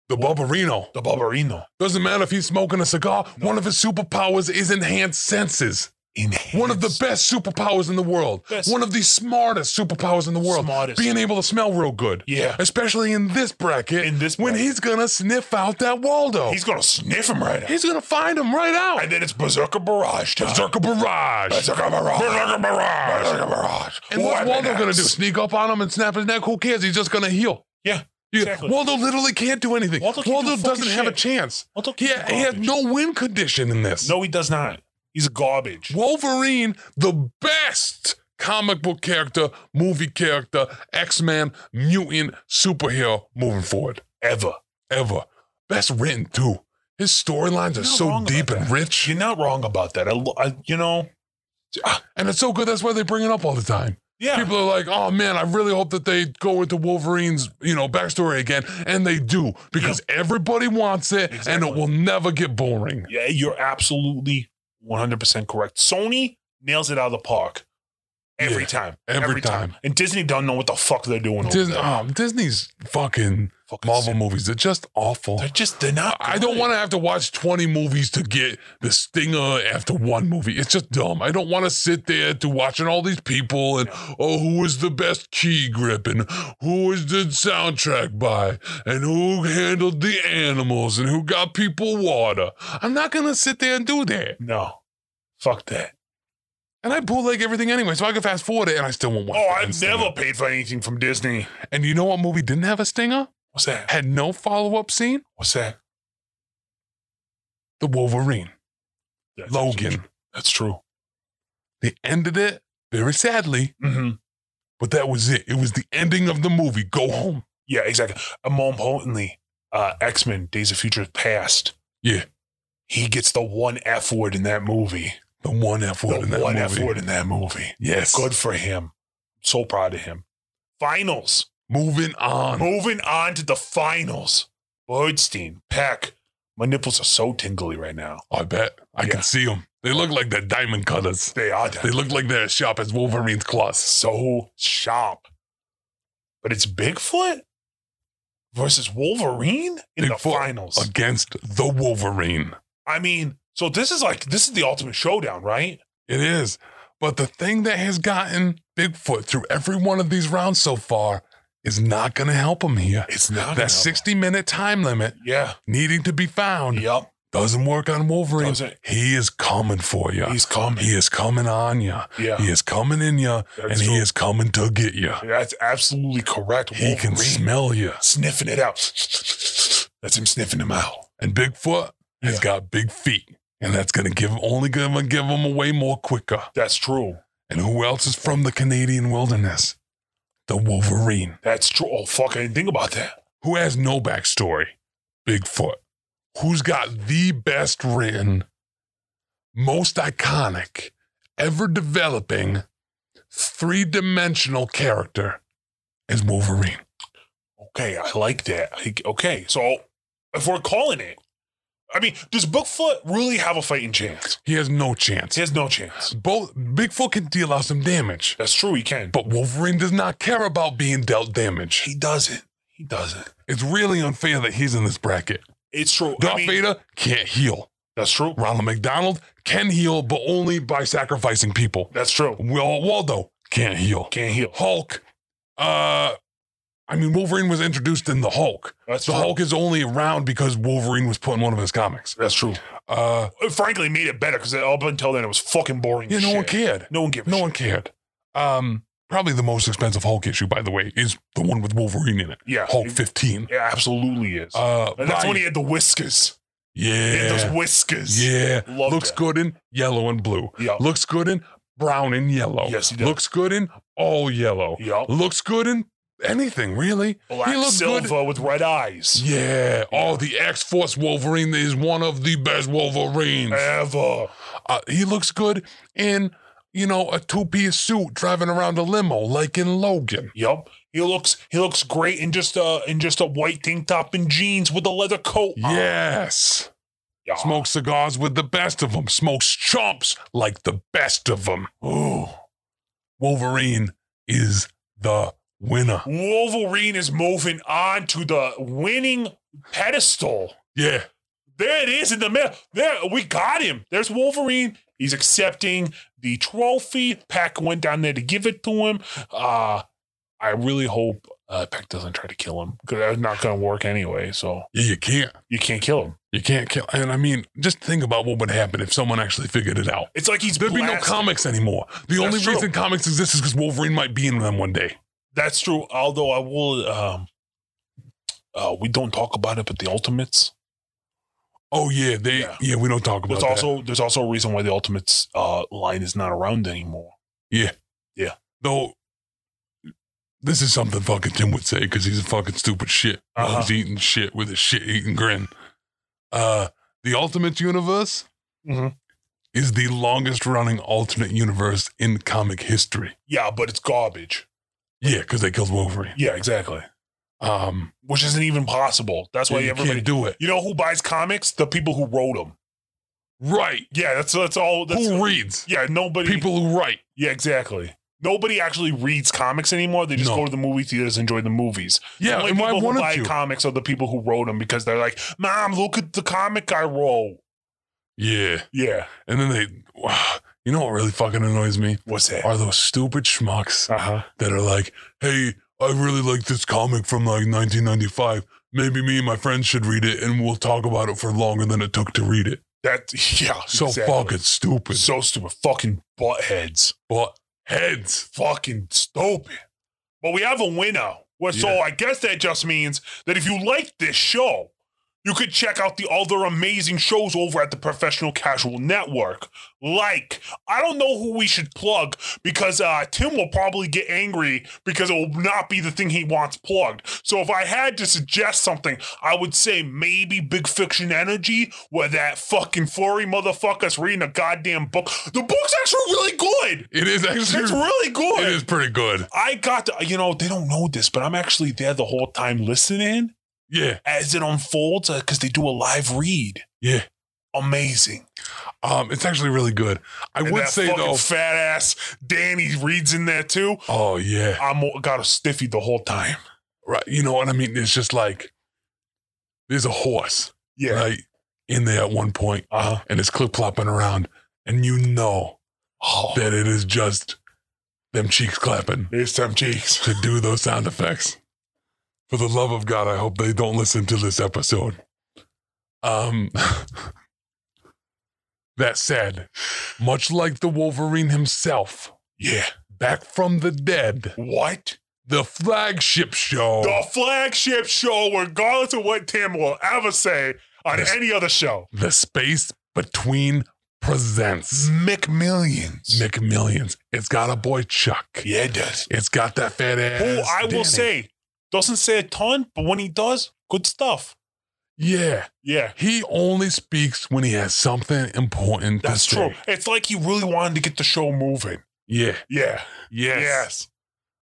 The Barbarino.
the Bubberino.
Doesn't matter if he's smoking a cigar. One of his superpowers is enhanced senses.
Enhanced.
One of the best superpowers in the world.
Best.
One of the smartest superpowers in the world.
Smartest.
Being able to smell real good.
Yeah.
Especially in this bracket.
In this
When
bracket.
he's gonna sniff out that Waldo.
He's going to sniff him right out.
he's gonna find him right out.
And then it's Berserker Barrage. time.
Berserker Barrage.
Berserker Barrage.
Berserker Barrage.
Berserker Barrage.
And what's
Weapon
Waldo gonna
X.
do? Sneak up on him and snap his neck? Who cares? He's just gonna heal.
Yeah.
You-
Exactly.
Waldo literally can't do anything.
Waldo
Waldo,
can't do fucking
doesn't have
shit.
a chance.
Waldo
He,
can't
he has
garbage.
no win condition in this.
No, he does not. He's garbage.
Wolverine, the best comic book character, movie character, X Man, mutant, superhero moving forward
Ever.
ever. Best written too. His storylines are
You're not
so
wrong
deep
about
and
that.
rich,
You're not wrong about that. I, lo- I- you know,
and it's so good. That's why they bring it up all the time.
Yeah.
People are like, oh man, I really hope that they go into Wolverine's, you know, backstory again. And they do because everybody wants it and
Exactly.
it will never get boring.
yeah, you're absolutely 100% correct. Sony nails it out of the park every
Yeah,
time.
every time.
And Disney don't know what the fuck they're doing. over
Disney,
there.
um, Disney's fucking
Fucking
Marvel
sick.
movies, they're just awful.
They're just, they're not.
I don't want to have to watch 20 movies to get the stinger after one movie. It's just dumb. I don't want to sit there to watching all these people and, oh, who is the best key grip and who is the soundtrack by and who handled the animals and who got people water. I'm not going to sit there and do that.
No. Fuck that.
And I bootleg everything anyway, so I can fast forward it and I still won't watch
Oh,
the end
I've
stinger.
never paid for anything from Disney.
And you know what movie didn't have a stinger?
What's that?
Had no follow up scene?
What's that?
The Wolverine,
That's
Logan.
That's true.
They ended it very sadly.
Mm-hmm.
But that was it. It was the ending of the movie. Go home.
Yeah, exactly. And more importantly, uh, X Men Days of Future Past.
Yeah.
He gets the one F word in that movie.
The one F
the
word in that
one
movie.
F word in that movie.
Yes.
Good for him. So proud of him. Finals.
Moving on.
Moving on to the finals. Birdstein, Peck. My nipples are so tingly right now.
I bet. I
Yeah.
can see them. They look like they're diamond cutters.
They are
They look like they're as sharp as Wolverine's claws.
so sharp. But it's Bigfoot versus Wolverine in the
Bigfoot
finals.
Against the Wolverine.
I mean, so this is like this is the ultimate showdown, right?
It is. But the thing that has gotten Bigfoot through every one of these rounds so far is not going to help him here.
It's not
That
enough.
60 minute time limit
Yeah.
needing to be found
Yep.
doesn't work on Wolverine.
Doesn't.
He is coming for you.
He's coming.
He is coming on you.
Yeah.
He is coming in you,
That's
and he
true.
is coming to get you.
That's absolutely correct.
He can
Wolverine
smell you.
sniffing it out. That's him sniffing him out.
And Bigfoot has
Yeah.
got big feet, and that's gonna give only gonna give him away more quicker.
That's true.
And who else is from the Canadian wilderness? The Wolverine,
That's true. Oh fuck! I didn't think about that.
who has no backstory. Bigfoot, who's got the best written, most iconic, ever developing, three dimensional character is Wolverine.
Okay, I like that. I, okay, so if we're calling it, I mean, does Bookfoot really have a fighting chance?
He has no chance.
He has no chance.
Both Bigfoot can deal out some damage,
That's true. He can,
but Wolverine does not care about being dealt damage.
he doesn't. He doesn't.
It's really unfair that he's in this bracket.
It's true. I
Darth
mean,
Vader can't heal.
that's true.
Ronald McDonald can heal, but only by sacrificing people.
That's true.
Will Waldo can't heal.
Can't heal.
Hulk, uh, I mean Wolverine was introduced in the Hulk.
That's
The
true.
Hulk is only around because Wolverine was put in one of his comics.
That's true.
Uh,
It frankly, made it better because up until then, it was fucking boring.
yeah,
as
no one
shit.
cared.
No one gave.
No one cared. Um, probably the most expensive Hulk issue, by the way, is the one with Wolverine in it.
Yeah.
Hulk 15.
It absolutely is.
Uh,
and that's
Ryan-
when he had the whiskers. He had those
yeah,
whiskers.
yeah.
Loved
Looks
it.
good in yellow and blue.
Yeah.
Looks good in brown and yellow.
Yes, he does.
Looks good in all yellow.
Yep.
Looks good in anything really.
Black
he looks
silver
good.
with red eyes.
Yeah. Oh, the X Force Wolverine is one of the best Wolverines.
Ever.
Uh, he looks good in you know a two piece suit driving around a limo like in Logan.
Yup. He looks he looks great in just a in just a white tank top and jeans with a leather coat. on.
Yes.
Yeah.
Smokes cigars with the best of them. Smokes chomps like the best of them. Ooh. Wolverine is the winner.
Wolverine is moving on to the winning pedestal.
Yeah.
There it is in the middle. There we got him. There's Wolverine. He's accepting the trophy. Pack went down there to give it to him. Uh I really hope uh, Peck doesn't try to kill him because that's not going to work anyway. So
Yeah, you can't.
you can't kill him.
You can't kill. And I mean, just think about what would happen if someone actually figured it out.
It's like he's
There'd be no
blasted.
comics anymore. The only
true.
reason comics exist is because Wolverine might be in them one day.
That's true. Although I will, um, uh, we don't talk about it, but the Ultimates.
Oh yeah, they
Yeah.
yeah, we don't talk about
There's
that.
also there's also a reason why the Ultimates uh, line is not around anymore.
Though this is something fucking Tim would say because he's a fucking stupid shit.
Uh-huh.
Loves eating shit with a shit eating grin. Uh, the Ultimate Universe
Mhm.
is the longest running alternate universe in comic history.
Yeah, but it's garbage.
Yeah, because they killed Wolverine.
Yeah, exactly.
Um,
Which isn't even possible. That's why
you
everybody.
can't do it.
You know who buys comics? The people who wrote them.
Right.
Yeah, that's that's all. That's,
Who reads?
yeah, nobody.
People who write.
Yeah, exactly. Nobody actually reads comics anymore. They just
No.
go to the movie theaters, enjoy the movies. The
Yeah,
only
and why
people who buy
wouldn't you?
comics are the people who wrote them because they're like, "Mom, look at the comic I wrote."
yeah.
Yeah,
And then they, ah, you know what really fucking annoys me?
what's that?
Are those stupid schmucks
Uh huh.
that are like, hey, I really like this comic from like 1995. Maybe me and my friends should read it and we'll talk about it for longer than it took to read it.
That (laughs) yeah.
So
exactly.
fucking stupid.
So stupid. Fucking buttheads.
but heads.
Fucking stupid. But we have a winner. Well, So
Yeah.
I guess that just means that if you like this show, you could check out the other amazing shows over at the Professional Casual Network. Like, I don't know who we should plug because uh, Tim will probably get angry because it will not be the thing he wants plugged. So if I had to suggest something, I would say maybe Big Fiction Energy, where that fucking furry motherfucker's reading a goddamn book. The book's actually really good.
It is actually,
It's really good.
it is pretty good.
I got to, you know, they don't know this, but I'm actually there the whole time listening
Yeah,
as it unfolds because they do a live read.
yeah.
Amazing.
Um, it's actually really good. I
And
would
that
say
fucking
though,
fat ass Danny reads in there too.
oh yeah,
I'm got a stiffy the whole time.
right. You know what I mean? It's just like there's a horse
Yeah.
right in there at one point,
Uh huh.
and it's clip clopping around, and you know
Oh,
that it is just them cheeks clapping
it's them cheeks.
to do those sound effects. For the love of God, I hope they don't listen to this episode. Um, (laughs) that said, much like the Wolverine himself,
Yeah.
back from the dead,
What?
the flagship show.
The flagship show, regardless of what Tim will ever say on
Yes.
any other show.
The Space Between presents
McMillions.
McMillions. It's got a boy Chuck.
Yeah, it does.
It's got that fat ass.
Who I
Danny.
will say doesn't say a ton, but when he does, good stuff.
Yeah.
Yeah,
He only speaks when he has something important
that's
to say.
true. It's like he really wanted to get the show moving.
Yeah.
Yeah.
Yes.
Yes.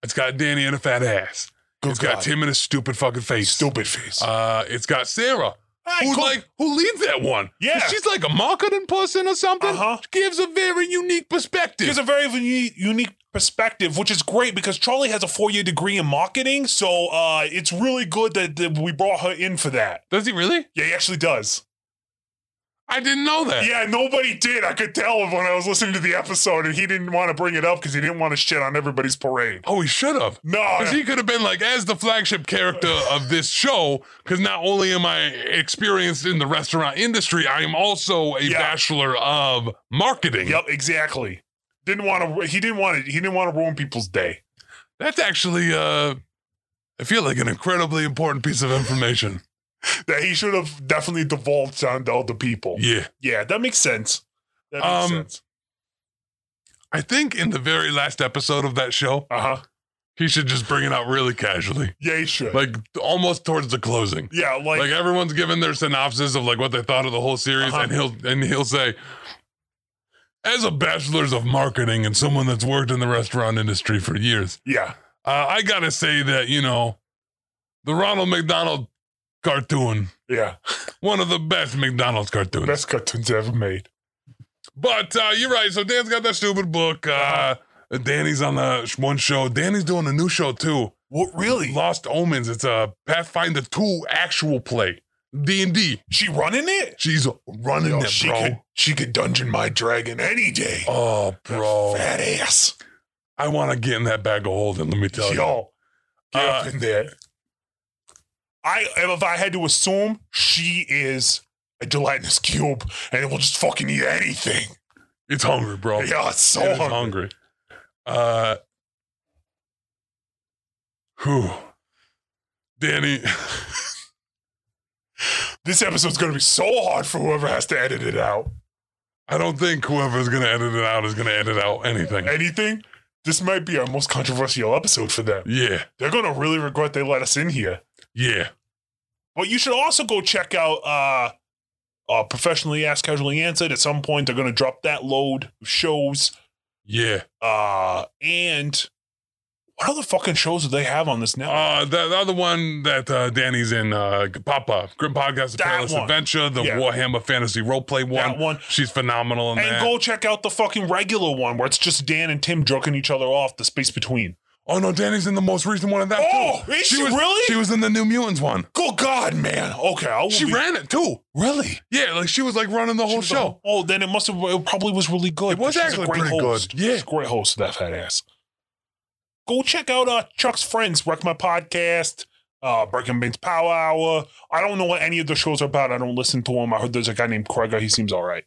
It's got Danny and a fat ass.
Good
It's got Tim and a stupid fucking face.
Stupid face.
Uh, it's got Sarah,
Hey,
who's
cool.
like who leads that one.
Yeah.
she's like a marketing person or something.
Uh-huh.
Gives a very unique perspective.
Here's a very uni- unique perspective, which is great because Charlie has a four-year degree in marketing, so uh, it's really good that, that we brought her in for that.
Does he really?
Yeah, he actually does.
I didn't know that.
Yeah, nobody did. I could tell when I was listening to the episode, and he didn't want to bring it up because he didn't want to shit on everybody's parade.
Oh, he should have.
No,
Because he could have been like, as the flagship character of this show, because not only am I experienced in the restaurant industry, I am also a
Yeah.
bachelor of marketing.
Yep, exactly. Didn't want to. He didn't want to. He didn't want to ruin people's day.
That's actually, uh, I feel like an incredibly important piece of information.
That he should have definitely divulged on to other people. Yeah,
yeah.
that makes sense. That makes
Um,
sense.
I think in the very last episode of that show,
Uh huh.
he should just bring it out really casually,
Yeah, he should.
like almost towards the closing.
yeah, like,
Like everyone's given their synopsis of like what they thought of the whole series,
Uh-huh.
and he'll and he'll say, as a bachelor's of marketing and someone that's worked in the restaurant industry for years,
yeah,
uh, I gotta say that you know, the Ronald McDonald cartoon,
yeah.
one of the best McDonald's cartoons.
Best cartoons ever made.
But uh, you're right. So Dan's got that stupid book. Uh,
Uh-huh.
Danny's on the sh- one show. Danny's doing a new show too.
What really?
Lost Omens. It's a Pathfinder 2 actual play. D and D.
She running it?
She's running
Yo,
it,
she
bro.
could. She could dungeon my dragon any day.
Oh, bro.
Fat ass.
I want to get in that bag of holding. Let me tell you.
Yo, get up
Uh,
in there. I if I had to assume she is a gelatinous cube and it will just fucking eat anything.
It's hungry, bro. It
Yeah, it's so
is
hungry.
hungry. Uh, whew. Danny.
This episode's gonna be so hard for whoever has to edit it out.
I don't think whoever's gonna edit it out is gonna edit out anything.
Anything? This might be our most controversial episode for them.
Yeah,
They're gonna really regret they let us in here.
yeah.
But you should also go check out uh uh, professionally asked, casually answered. At some point, they're going to drop that load of shows.
Yeah.
Uh, and what other fucking shows do they have on this network?
Uh, the, the other one that uh, Danny's in, uh, Papa, Grim Podcast, The
That
Perilous
one.
Adventure, the
Yeah.
Warhammer Fantasy Roleplay one. Oh,
that one.
She's phenomenal in
And
that.
go check out the fucking regular one where it's just Dan and Tim jerking each other off the space between.
oh no, Danny's in the most recent one of that.
Oh,
too.
is she
was,
really?
She was in the New Mutants one.
Good God, man. Okay, I will
She
be-
ran it too.
really.
Yeah, like she was like running the whole
She's
show.
a- oh, then it must have. It probably was really good.
It was
She's a
actually
great
pretty
host.
good. Yeah.
She's a great host of that fat ass. Go check out uh, Chuck's friends, wreck my podcast, uh, Breaking Bane's Power Hour. I don't know what any of the shows are about. I don't listen to them. I heard there's a guy named Craig. uh, He seems all right.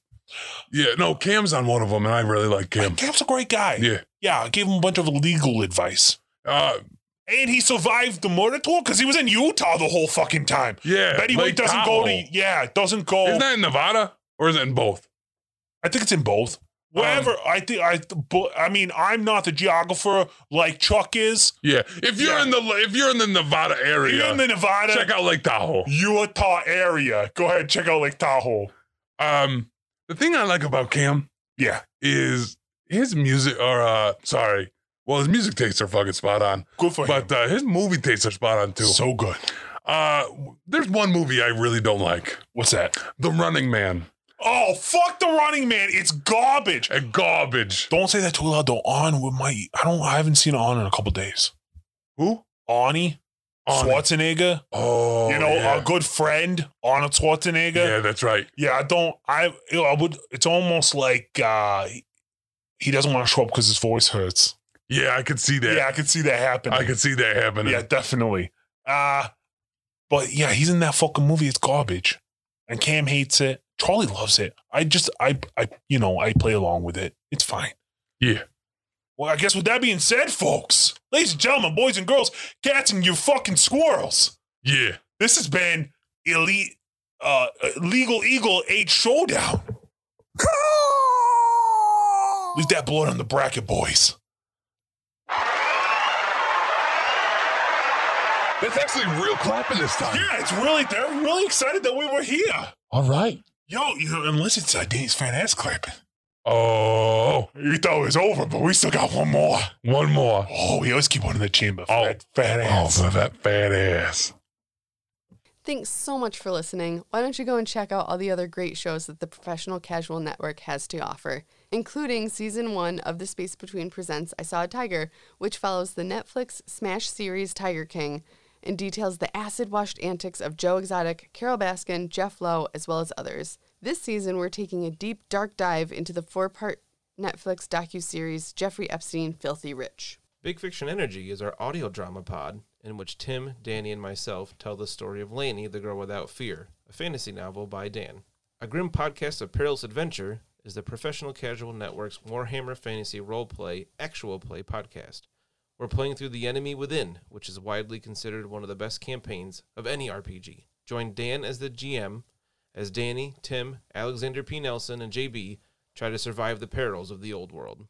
Yeah, no, Cam's on one of them, and I really like Cam.
Cam's a great guy.
Yeah.
yeah. I gave him a bunch of legal advice,
Uh,
and he survived the murder tour because he was in Utah the whole fucking time.
yeah.
Betty White
Lake
doesn't go
Tahoe.
to. E- Oh. Yeah, doesn't go.
Isn't that in Nevada or is it in both?
I think it's in both. Wherever
Um,
I think I, but I mean, I'm not the geographer like Chuck is.
Yeah. If you're
Yeah.
in the if you're in the Nevada area,
You're in the Nevada,
check out Lake Tahoe.
Utah area. Go ahead, check out Lake Tahoe.
Um, the thing I like about Cam
Yeah,
is his music, or uh, sorry, well, his music tastes are fucking spot on,
good for
but uh, his movie tastes are spot on too.
him. So good.
Uh, there's one movie I really don't like,
What's that?
The Running Man.
Oh, fuck the Running Man. It's garbage.
And garbage.
Don't say that too loud though. On with my, I don't, I haven't seen On in a couple days.
Who?
Arnie
Arnie.
Schwarzenegger,
Oh,
you know, uh,
yeah.
our good friend Arnold Schwarzenegger.
yeah, that's right.
Yeah, I don't. I you know, I would. It's almost like uh he doesn't want to show up because his voice hurts.
Yeah, I could see
Yeah,
that.
I could see that happening.
I could see that happening.
yeah, definitely. Uh but yeah, he's in that fucking movie. It's garbage, and Cam hates it. Charlie loves it. I just, I, I, you know, I play along with it. It's fine.
Yeah.
Well, I guess with that being said, folks, ladies and gentlemen, boys and girls, cats and you fucking squirrels.
Yeah.
This has been Elite uh Legal Eagle 8 Showdown. Leave that blood on the bracket, boys.
That's actually real clapping this time.
Yeah, it's really they're really excited that we were here.
All right.
Yo, you know, unless it's uh, Danny's fan ass clapping.
Oh,
You thought it was over, but we still got one more.
one more.
Oh, we always keep one in the chamber. for
Oh.
that fat
Oh,
ass.
for that fat ass.
Thanks so much for listening. Why don't you go and check out all the other great shows that the Professional Casual Network has to offer, including season one of The Space Between Presents I Saw a Tiger, which follows the Netflix smash series Tiger King and details the acid washed antics of Joe Exotic, Carol Baskin, Jeff Lowe, as well as others. This season, we're taking a deep, dark dive into the four part Netflix docuseries Jeffrey Epstein Filthy Rich.
Big Fiction Energy is our audio drama pod in which Tim, Danny, and myself tell the story of Lainey, the Girl Without Fear, a fantasy novel by Dan. A grim podcast of perilous adventure is the Professional Casual Network's Warhammer Fantasy Roleplay Actual Play podcast. We're playing through The Enemy Within, which is widely considered one of the best campaigns of any RPG. Join Dan as the GM as Danny, Tim, Alexander P. Nelson, and JB try to survive the perils of the old world.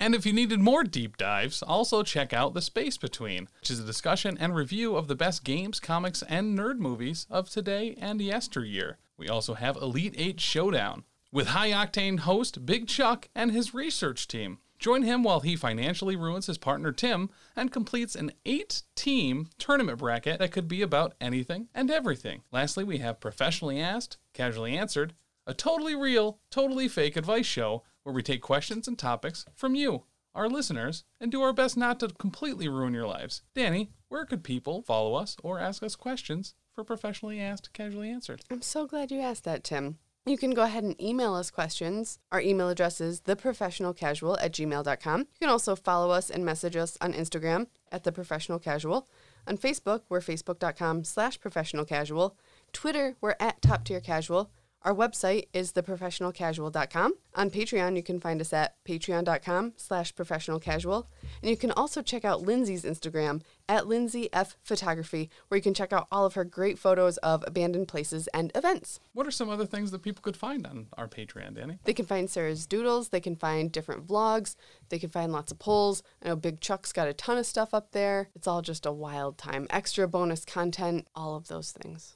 And if you needed more deep dives, also check out The Space Between, which is a discussion and review of the best games, comics, and nerd movies of today and yesteryear. We also have Elite 8 Showdown with high octane host Big Chuck and his research team. Join him while he financially ruins his partner Tim and completes an eight team tournament bracket that could be about anything and everything. Lastly, we have Professionally Asked, Casually Answered, a totally real, totally fake advice show where we take questions and topics from you, our listeners, and do our best not to completely ruin your lives. Danny, where could people follow us or ask us questions for professionally asked, casually answered?
I'm so glad you asked that, Tim. You can go ahead and email us questions. Our email address is theprofessionalcasual at gmail.com. You can also follow us and message us on Instagram at theprofessionalcasual. On Facebook, we're facebook.com slash professionalcasual. Twitter, we're at top tier casual. Our website is theprofessionalcasual.com. On Patreon, you can find us at patreon.com slash professionalcasual. And you can also check out Lindsay's Instagram at Lindsay F Photography, where you can check out all of her great photos of abandoned places and events.
What are some other things that people could find on our Patreon, Danny?
They can find Sarah's doodles, they can find different vlogs, they can find lots of polls. I know Big Chuck's got a ton of stuff up there. It's all just a wild time. Extra bonus content, all of those things.